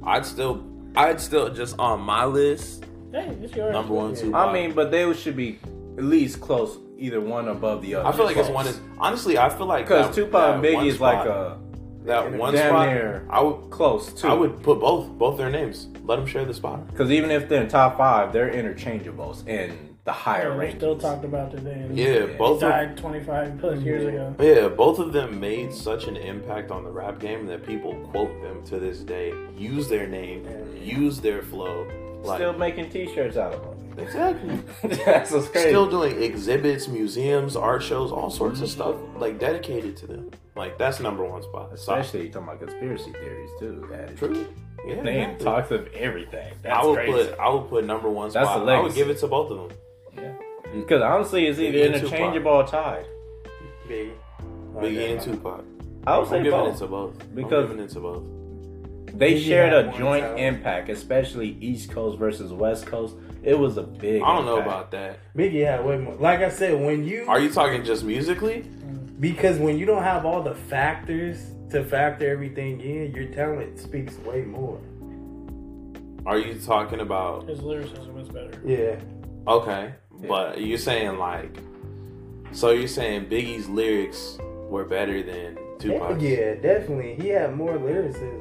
A: I'd still, I'd still just on my list
C: Hey, it's yours.
A: number one, two.
E: I mean, but they should be at least close, either one above the other.
A: I feel like it's one is honestly. I feel like
E: because
A: that-
E: Tupac and
A: that one
E: Biggie is
A: spot-
E: like a
A: that one
E: damn
A: spot.
E: near.
A: I would,
E: close too.
A: I would put both, both their names. Let them share the spot.
E: because even if they're in top five, they're interchangeables in the higher
C: Yeah, we
E: rankings.
C: still talked about today.
A: Yeah, Mm-hmm.
E: Yeah.
C: He
A: both. Of,
C: died 25 plus years ago.
A: yeah, both of them made such an impact on the rap game that people quote them to this day. Use their name. Use their flow. Like,
E: Still making T-shirts out of them. (laughs)
A: exactly.
E: That's what's crazy.
A: Still doing exhibits, museums, art shows, all sorts of stuff like dedicated to them. Like that's number one spot. So-
E: especially you talking about conspiracy theories too. That is
A: True. Yeah.
E: Name
A: exactly.
E: talks of everything. That's
A: I would
E: crazy.
A: put I would put number one
E: That's
A: spot.
E: a
A: I would
E: legacy.
A: give it to both of them.
E: Because honestly, it's either
A: Biggie and
E: interchangeable or tied.
D: Biggie.
A: Biggie and Tupac.
E: I would
A: I'm
E: say
A: giving
E: both.
A: it to both.
E: Because-
A: I'm giving it to both.
E: They
D: Biggie
E: shared
D: had
E: a
D: one
E: joint
D: time.
E: impact, especially East Coast versus West Coast. It was a big.
A: I don't know
E: impact.
A: about that.
D: Biggie had way more. Like I said, when you
A: Are you talking just musically?
C: Mm.
D: because when you don't have all the factors to factor everything in, your talent speaks way more.
A: Are you talking about
C: His lyricism was better.
D: Yeah.
A: okay? But you're saying like, so you're saying Biggie's lyrics were better than Tupac's?
D: Yeah, definitely. He had more lyricism.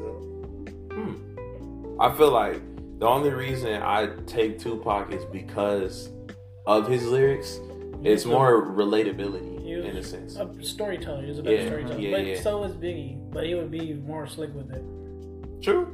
A: I feel like the only reason I take Tupac is because of his lyrics. It's more relatability
C: He was
A: in a sense.
C: A storyteller. He was a better
A: Yeah,
C: storyteller.
A: yeah,
C: but
A: yeah.
C: so was Biggie. But he would be more slick with it.
A: True.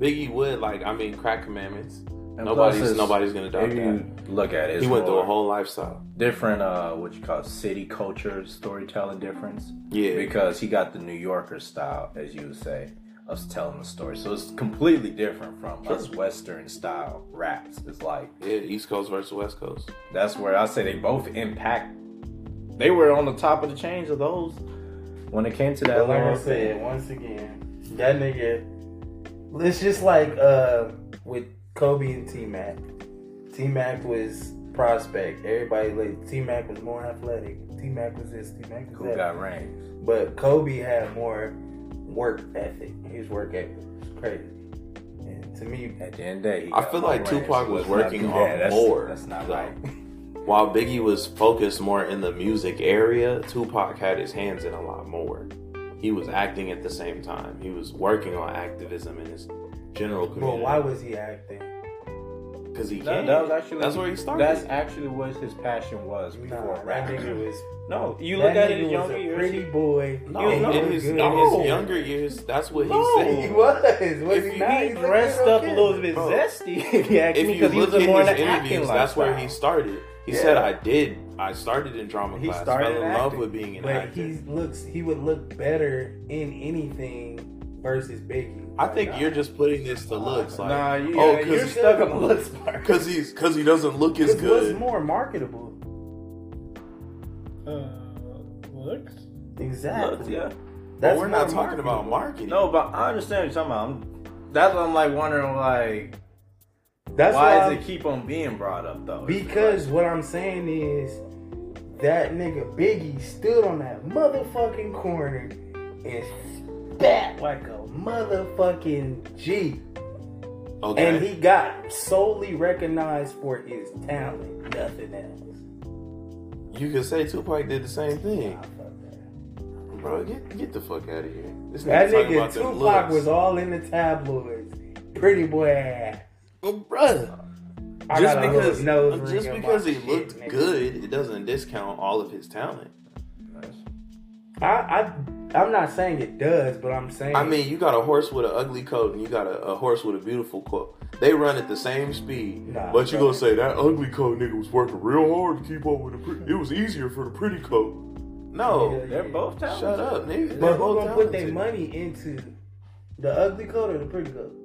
A: Biggie would like I mean crack commandments.
E: And
A: nobody's
E: plus it's-
A: nobody's gonna doubt that.
E: If you look at it, it's
A: He went through
E: more
A: a whole lifestyle.
E: different, uh, what you call city culture storytelling difference.
A: Yeah.
E: because he got the New Yorker style, as you would say, of telling the story. So it's completely different from us Western style raps. It's like
A: yeah, East Coast versus West Coast.
E: that's where I say they both impact. They were on the top of the chains of those when it came to that.
D: But like I
E: level.
D: said, once again, that nigga. It's just like uh, with Kobe and T Mac. T Mac was prospect. Everybody like T Mac was more athletic. T Mac was this. T Mac was
E: who
D: that.
E: got ranked?
D: But Kobe had more work ethic. His work ethic was crazy. And to me,
E: At the end of the day, he
A: I
E: got
A: feel
E: more
A: like
E: ranks.
A: Tupac was
E: Let's not
A: working
E: do
A: on
E: that. That's-
A: more,
E: That's not
A: though.
E: right.
A: While Biggie was focused more in the music area, Tupac had his hands in a lot more. He was acting at the same time. He was working on activism in his general
D: well,
A: community.
D: why was he acting?
A: Because he
E: That,
A: can.
E: that was actually
A: that's where he started.
E: That's actually what his passion was before
D: Nah, that
E: rap.
D: nigga was.
E: No, you
D: that
E: look at
D: nigga
E: his
D: was
E: younger
D: a
E: years.
D: pretty
E: he-
D: boy.
A: no,
E: he was
A: in
E: not
A: his,
D: good.
A: in
E: No.
A: his younger years, that's what
E: No.
A: he
D: He
A: said.
D: was. Was
A: If
D: he
A: you-
D: not?
E: He
D: He's
E: dressed up
D: like,
E: a little bit
A: Bro,
E: zesty, (laughs) if you ask
A: if
E: me,
A: you
E: because he
A: look
E: was
A: at
E: more in
A: his
E: the acting
A: interviews, that's where he
E: lifestyle.
A: started. He
E: Yeah.
A: said, "I did. I started in drama
E: He
A: class.
E: started
A: fell in love
E: acting.
A: with being an
D: But
A: actor."
D: he looks. He would look better in anything versus Biggie.
A: I think you're just putting this to looks like,
E: Nah, you,
A: oh,
E: yeah, you're
A: because
E: stuck
D: (laughs)
E: on the looks part.
A: because he's because he doesn't look as
D: Because what's
A: good.
D: more marketable?
C: Uh, looks?
E: Looks,
D: Exactly.
E: yeah.
A: But we're not
D: more
A: talking about marketing.
E: No, but I understand what you're talking about. I'm, that's what I'm like wondering, like,
D: marketable. That's
E: why
D: why
E: does it keep on being brought up
A: Oh,
E: though?
D: Because what I'm saying is that nigga Biggie stood on that motherfucking corner and spat like a motherfucking G.
A: okay.
D: And he got solely recognized for his talent, nothing else.
A: you could say Tupac did the same thing,
D: Nah, fuck that.
A: bro. Get get the fuck out of here. This
D: That
A: talking
D: nigga
A: about them
D: Tupac
A: looks.
D: was all in the tabloids. Pretty boy.
A: Oh, bruh.
D: I
A: Just
D: got a
A: because
D: nose ring
A: just
D: on my
A: because he
D: shit,
A: looked
D: nigga.
A: good, it doesn't discount all of his talent.
D: I, I I'm not saying it does, but I'm saying
A: I mean, you got a horse with an ugly coat and you got a, a horse with a beautiful coat. They run at the same speed,
D: Nah,
A: but you
D: bro.
A: gonna say that ugly coat nigga was working real hard to keep up with the. Pre- it was easier for the pretty coat. No,
D: Yeah,
E: They're
D: yeah.
E: both talented.
A: shut up, nigga.
D: But
A: They're
D: who
A: both
D: gonna put their
A: talented.
D: money into the ugly coat or the pretty coat?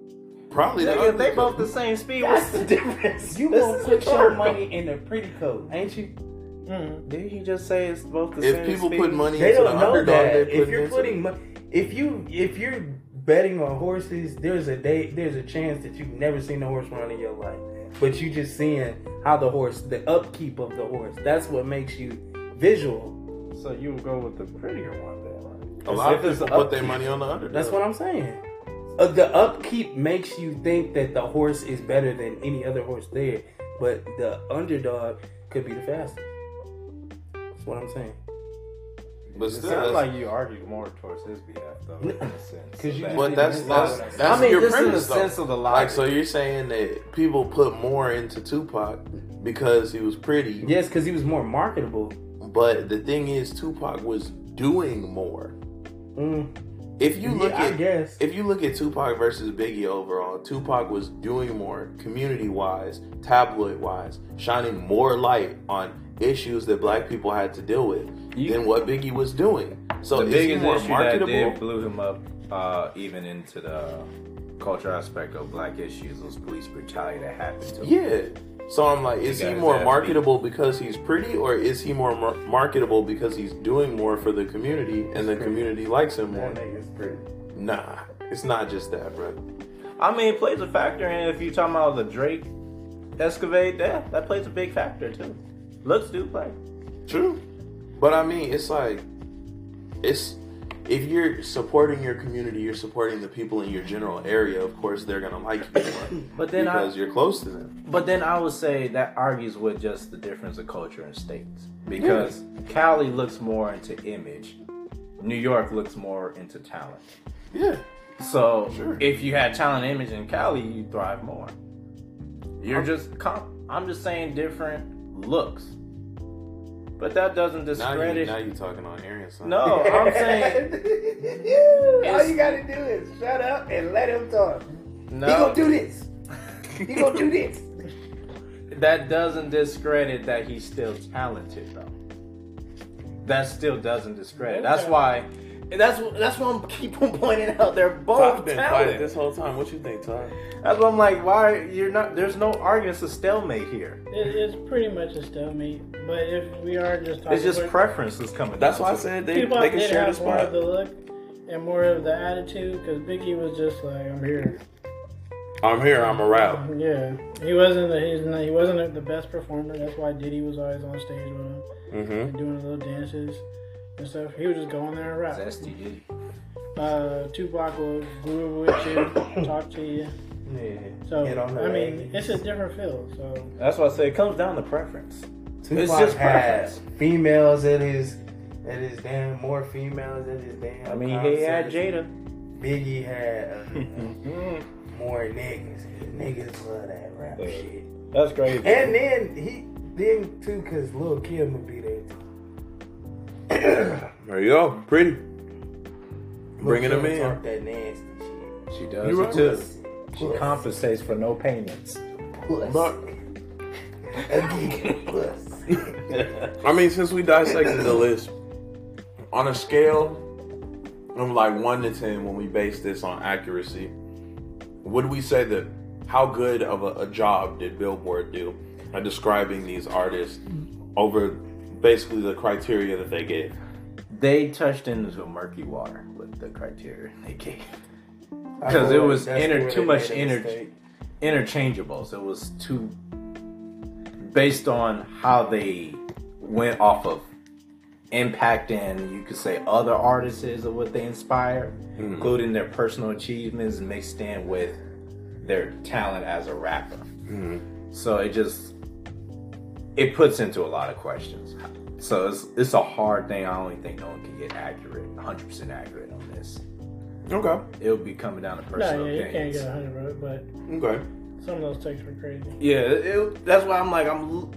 A: Probably the
E: Nigga, they
A: ugly
E: both
A: couple.
E: the same speed. What's the difference?
D: You
E: This
D: gonna
E: is
D: put your
E: rhetorical.
D: money in the pretty coat, ain't you?
C: Mm.
E: Did he just say it's both the
A: Hmm. If
E: same
A: people
E: speed?
A: put money
D: They
A: into the
D: don't know
A: underdog,
D: that.
A: they
D: If you're
A: into-
D: putting money, if you if you're betting on horses, there's a day there's a chance that you've never seen a horse run in your life, but you just seeing how the horse, the upkeep of the horse. That's what makes you visual.
E: So you would go with the prettier one then, right?
A: a lot
E: If
A: of
E: it's
A: people
E: up-
A: put their money on the underdog.
D: That's what I'm saying. Uh, the upkeep makes you think that the horse is better than any other horse there, but the underdog could be the fastest. That's what I'm saying.
A: But
E: It
A: still, that's-
E: sounds like you argued more towards his behalf, though, in a (laughs) sense.
D: 'Cause you
E: That-
A: But that's that's that's
E: I mean,
A: your
E: just in the
A: premise, though.
E: sense of the
A: Like,
E: logic.
A: so you're saying that people put more into Tupac because he was pretty.
D: Yes, because he was more marketable.
A: But the thing is, Tupac was doing more.
D: Mm,
A: If you
D: Yeah,
A: look
D: I
A: at
D: guess.
A: if you look at Tupac versus Biggie overall, Tupac was doing more community wise, tabloid wise, shining more light on issues that black people had to deal with
E: You-
A: than what Biggie was doing. So
E: the
A: is he
E: biggest
A: more
E: issue that did
A: marketable?
E: blew him up, uh, even into the culture aspect of black issues, was police brutality that happened to him.
A: Yeah. So I'm like, is
E: He got
A: he
E: his
A: more
E: ass
A: marketable because he's pretty, or is he more mar- marketable because he's doing more for the community and the community likes him more?
D: that nigga's pretty.
A: Nah, it's not just that, bro.
E: I mean, it plays a factor in if you're talking about the Drake excavate, yeah, that plays a big factor too. Looks do play.
A: True. But I mean, it's like it's if you're supporting your community, you're supporting the people in your general area. Of course, they're gonna like you more
E: (coughs) But then I-
A: because you're close to them.
E: But then I would say that argues with just the difference of culture and states. Because Cali looks more into image, New York looks more into talent.
A: Yeah.
E: So
A: Sure.
E: if you had talent, image, in Cali, you thrive more. You're just com- I'm just saying different looks, but that doesn't
A: Now you,
E: discredit.
A: now you talking on Arian son.
E: no,
D: (laughs)
E: I'm (laughs) saying
D: all you gotta do is shut up and let him talk. He
E: no.
D: gonna do this.
E: (laughs)
D: He gonna do this.
E: that doesn't discredit that he's still talented though. That still doesn't discredit. That's why. and That's that's why I'm (laughs) keep on pointing out they're both talented.
A: whole time. What you think, Todd?
E: That's why I'm like, why you're not? There's no arguments of stalemate here.
C: It, it's pretty much a stalemate. But if we are just talking,
E: It's just
C: about-
E: preference is coming. down to it.
A: said
C: Tupac did have more of the look and more of the attitude because Biggie was just like, "I'm here." (laughs)
A: I'm here. I'm a rap.
C: Yeah, he wasn't the he's not, he wasn't the best performer. That's why Diddy was always on stage with him
A: Mm-hmm.
C: and doing his little dances and stuff. He was just going there and rap.
E: STD.
C: Uh, Tupac will groove with you, talk to you.
D: (laughs) Yeah.
C: So
D: Get on the
C: I mean,
D: lane.
C: it's a different feel. So
E: That's why I say it comes down to preference.
D: Tupac
E: It's just
D: had
E: preference.
D: females at his at his damn more females at his damn.
E: I mean, he had
D: concerts.
E: Jada.
D: Biggie had
E: (laughs)
D: uh, more niggas. Niggas love that rap
E: Yeah.
D: shit.
E: That's crazy.
D: And then he then too, cause Lil Kim would be there. Too.
A: There you go. Pretty.
D: Lil'
A: Bringing
D: Kim
A: them in.
D: Talk that nasty shit.
E: she does.
A: You
E: it
A: right.
E: too. She
D: Puss.
E: compensates for no payments.
D: Puss.
A: But-
D: Again, puss.
E: (laughs)
A: I mean, since we dissected the list, on a scale of like one to ten, when we base this on accuracy, would we say that how good of a, a job did Billboard do at describing these artists over basically the criteria that they gave?
E: They touched into murky water with the criteria they gave.
D: I
E: 'Cause it
D: feel
E: was
D: like that's
E: ener-
D: where
E: too
D: they
E: much
D: made a
E: energy.
D: mistake.
E: interchangeable. So it was too based on how they went off of impact and you could say other artists or what they inspired,
D: Hmm.
E: including their personal achievements mixed in with their talent as a rapper.
D: Hmm.
E: So it just it puts into a lot of questions. So it's it's a hard thing. I don't even think no one can get accurate, 100% accurate on this.
A: Okay.
E: It'll be coming down to personal
C: no, yeah, you can't
E: opinions.
C: get a hundred, but
A: Okay.
C: some of those takes were crazy.
E: Yeah, it, it- that's why I'm like I'm. l-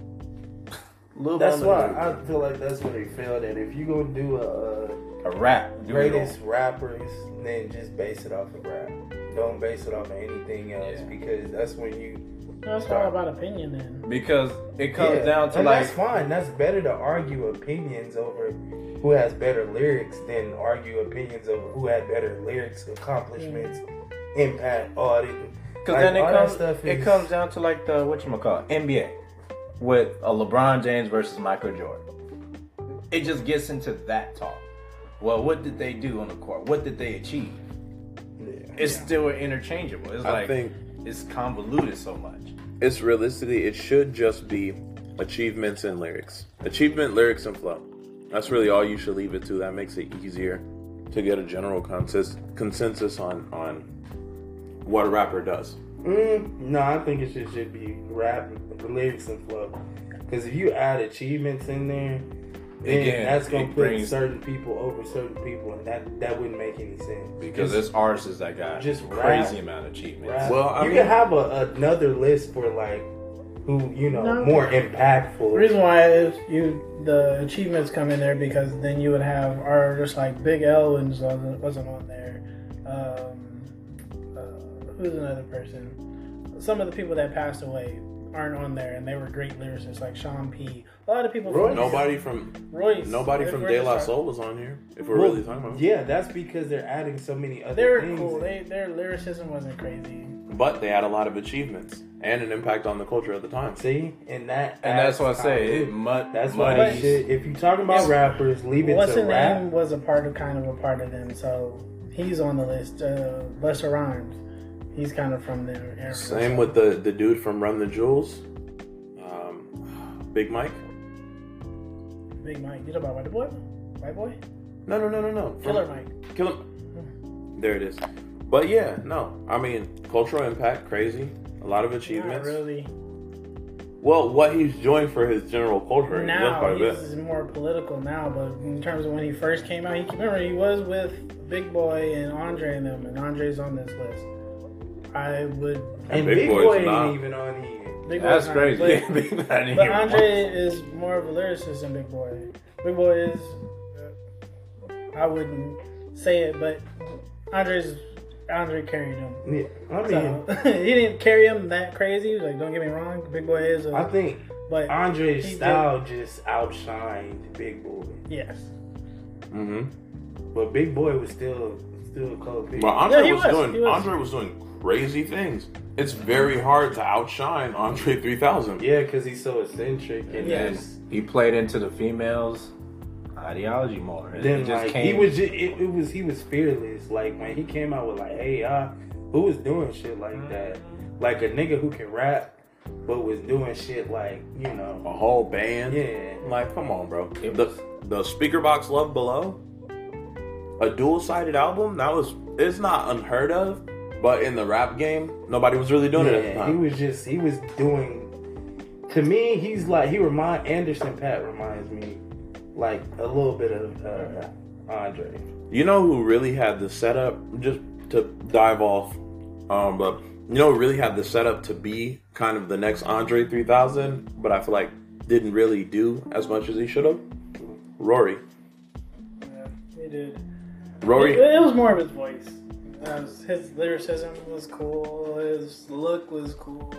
E: Little
D: That's why I feel like that's where they failed at. If you gonna do a, uh
E: a rap dude.
D: greatest rappers, then just base it off of rap. Don't base it off of anything else
E: Yeah.
D: because that's when you
C: No, it's all about opinion then.
E: because it comes
D: Yeah,
E: down to
D: and
E: like
D: that's fine. That's better to argue opinions over who has better lyrics than argue opinions over who had better lyrics, accomplishments, impact, all that.
E: Because
D: Like,
E: then it
D: all that
E: comes,
D: stuff
E: it
D: is-
E: comes down to like the what you call NBA with a LeBron James versus Michael Jordan. It just gets into that talk. Well, what did they do on the court? What did they achieve? It's still interchangeable. It's
A: I
E: like
A: think-
E: it's convoluted so much.
A: It's realistically, it should just be achievements and lyrics. Achievement, lyrics, and flow. That's really all you should leave it to. That makes it easier to get a general consist- consensus on on what a rapper does.
D: Mm, no, I think it should, should be rap, lyrics, and flow. Because if you add achievements in there, then
E: Again,
D: that's gonna
E: it
D: put
E: brings-
D: certain people over certain people, and that that wouldn't make any sense.
E: Because there's artists that got
D: just
E: crazy
D: rap,
E: amount of achievements.
D: Rap.
A: Well, I
D: you
A: mean-
D: can have a, another list for like who you know
C: No.
D: more impactful.
C: The reason why is you the achievements come in there because then you would have artists like Big L and so- wasn't on there. Um, uh, who's another person? Some of the people that passed away aren't on there, and they were great lyricists like Sean P. A lot of people.
D: Royce.
C: From,
A: Nobody from
C: Royce.
A: nobody from
C: If we're
A: De
C: just
A: La
C: talking-
A: Soul is on here. If we're
D: Well,
A: really talking about, it.
D: Yeah, that's because they're adding so many other
C: They were
D: things.
C: cool. They, their lyricism wasn't crazy.
A: but they had a lot of achievements and an impact on the culture at the time.
D: See, and that
E: And that's
D: adds
E: why I say
D: convoluted.
E: it mud,
D: That's why
E: muddies.
D: that shit. If you're talking about
C: It's-
D: rappers, leave it
C: What's
D: to
C: his
D: rap.
C: name was a part of kind of a part of them, so he's on the list. Uh, Buster Rhymes, he's kind of from their era.
A: Same with the the dude from Run the Jewels, um, Big Mike.
C: Big Mike. You know about White Boy? White Boy?
A: No, no, no, no, no. From-
C: Killer Mike.
A: Kill him. There it is. But yeah, no. I mean, cultural impact, crazy. A lot of
C: Not
A: achievements.
C: really.
A: Well, what he's doing for his general culture, that's
C: Now
A: part of
C: he's
A: it.
C: more political now, but in terms of when he first came out, he remember he was with Big Boy and Andre and them, and Andre's on this list. I would.
D: And
A: Big
D: Big
A: Boy's
D: Boy ain't
A: not.
D: even on here.
C: Big
E: That's
C: Boy's not,
E: crazy. (laughs)
C: (laughs) but-
E: I didn't
C: But
E: hear
C: Andre is more of a lyricist than Big Boy. Big Boy is, uh, I wouldn't say it, but Andre's Andre carried him.
D: Yeah, I mean,
C: So, (laughs) he didn't carry him that crazy. Like, don't get me wrong, Big Boy is. A,
D: I think
C: but
D: Andre's
C: He did.
D: style just outshined Big Boy,
C: yes,
A: Mm-hmm.
D: but Big Boy was still still cold. Big
A: Well,
D: Boy.
A: Andre
C: Yeah, he
A: was,
C: was,
A: doing
C: he was.
A: Andre was doing crazy things. It's very hard to outshine Andre 3000.
D: Yeah, because he's so eccentric and
C: Yeah.
D: just
E: He played into the females' ideology more. And
D: then
E: it just
D: like
E: came.
D: he was just, it, it was he was fearless. Like when he came out with like, hey, I, who was doing shit
C: Mm-hmm.
D: like that? Like a nigga who can rap, but was doing shit like you know,
A: A whole band.
D: yeah.
A: Like, come on, bro.
E: It
A: The the speaker box love below. A dual sided album that was it's not unheard of, but in the rap game, nobody was really doing it at the
D: Yeah,
A: time.
D: he was just he was doing. To me, he's like he remind Anderson Pat reminds me like a little bit of uh, Andre.
A: You know who really had the setup, just to dive off, um, but you know who really had the setup to be kind of the next Andre 3000, but I feel like didn't really do as much as he should have? Rory.
C: yeah, he did. It,
A: Rory.
C: it was more of his voice. That was- his lyricism was cool. His look was cool.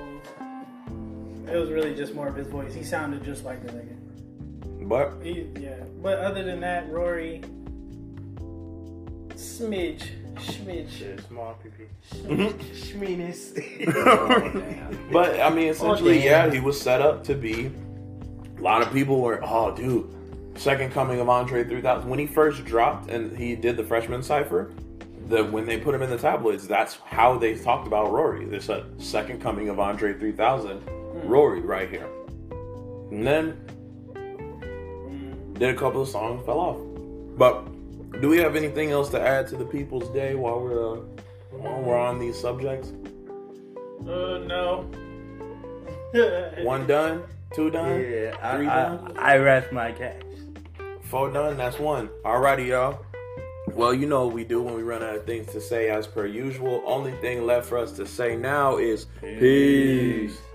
C: It was really just more of his voice. He sounded just like the nigga.
A: But
C: He, yeah, but other than that, Rory, smidge, smidge,
D: Yeah, small PP.
C: smidge.
A: (laughs) but I mean essentially
C: damn.
A: yeah, he was set up to be a lot of people were oh dude, second coming of Andre 3000 when he first dropped and he did the freshman cipher. The, when they put him in the tabloids, that's how they talked about Rory. They said second coming of Andre 3000, Rory right here. And then did a couple of songs, fell off. But do we have anything else to add to the people's day while we're uh, while we're on these subjects?
C: Uh, no. (laughs)
A: One done, two done,
D: Yeah,
A: three done.
D: I rest my cash.
A: Four done, that's one. Alrighty, y'all. Well, you know what we do when we run out of things to say as per usual. Only thing left for us to say now is peace.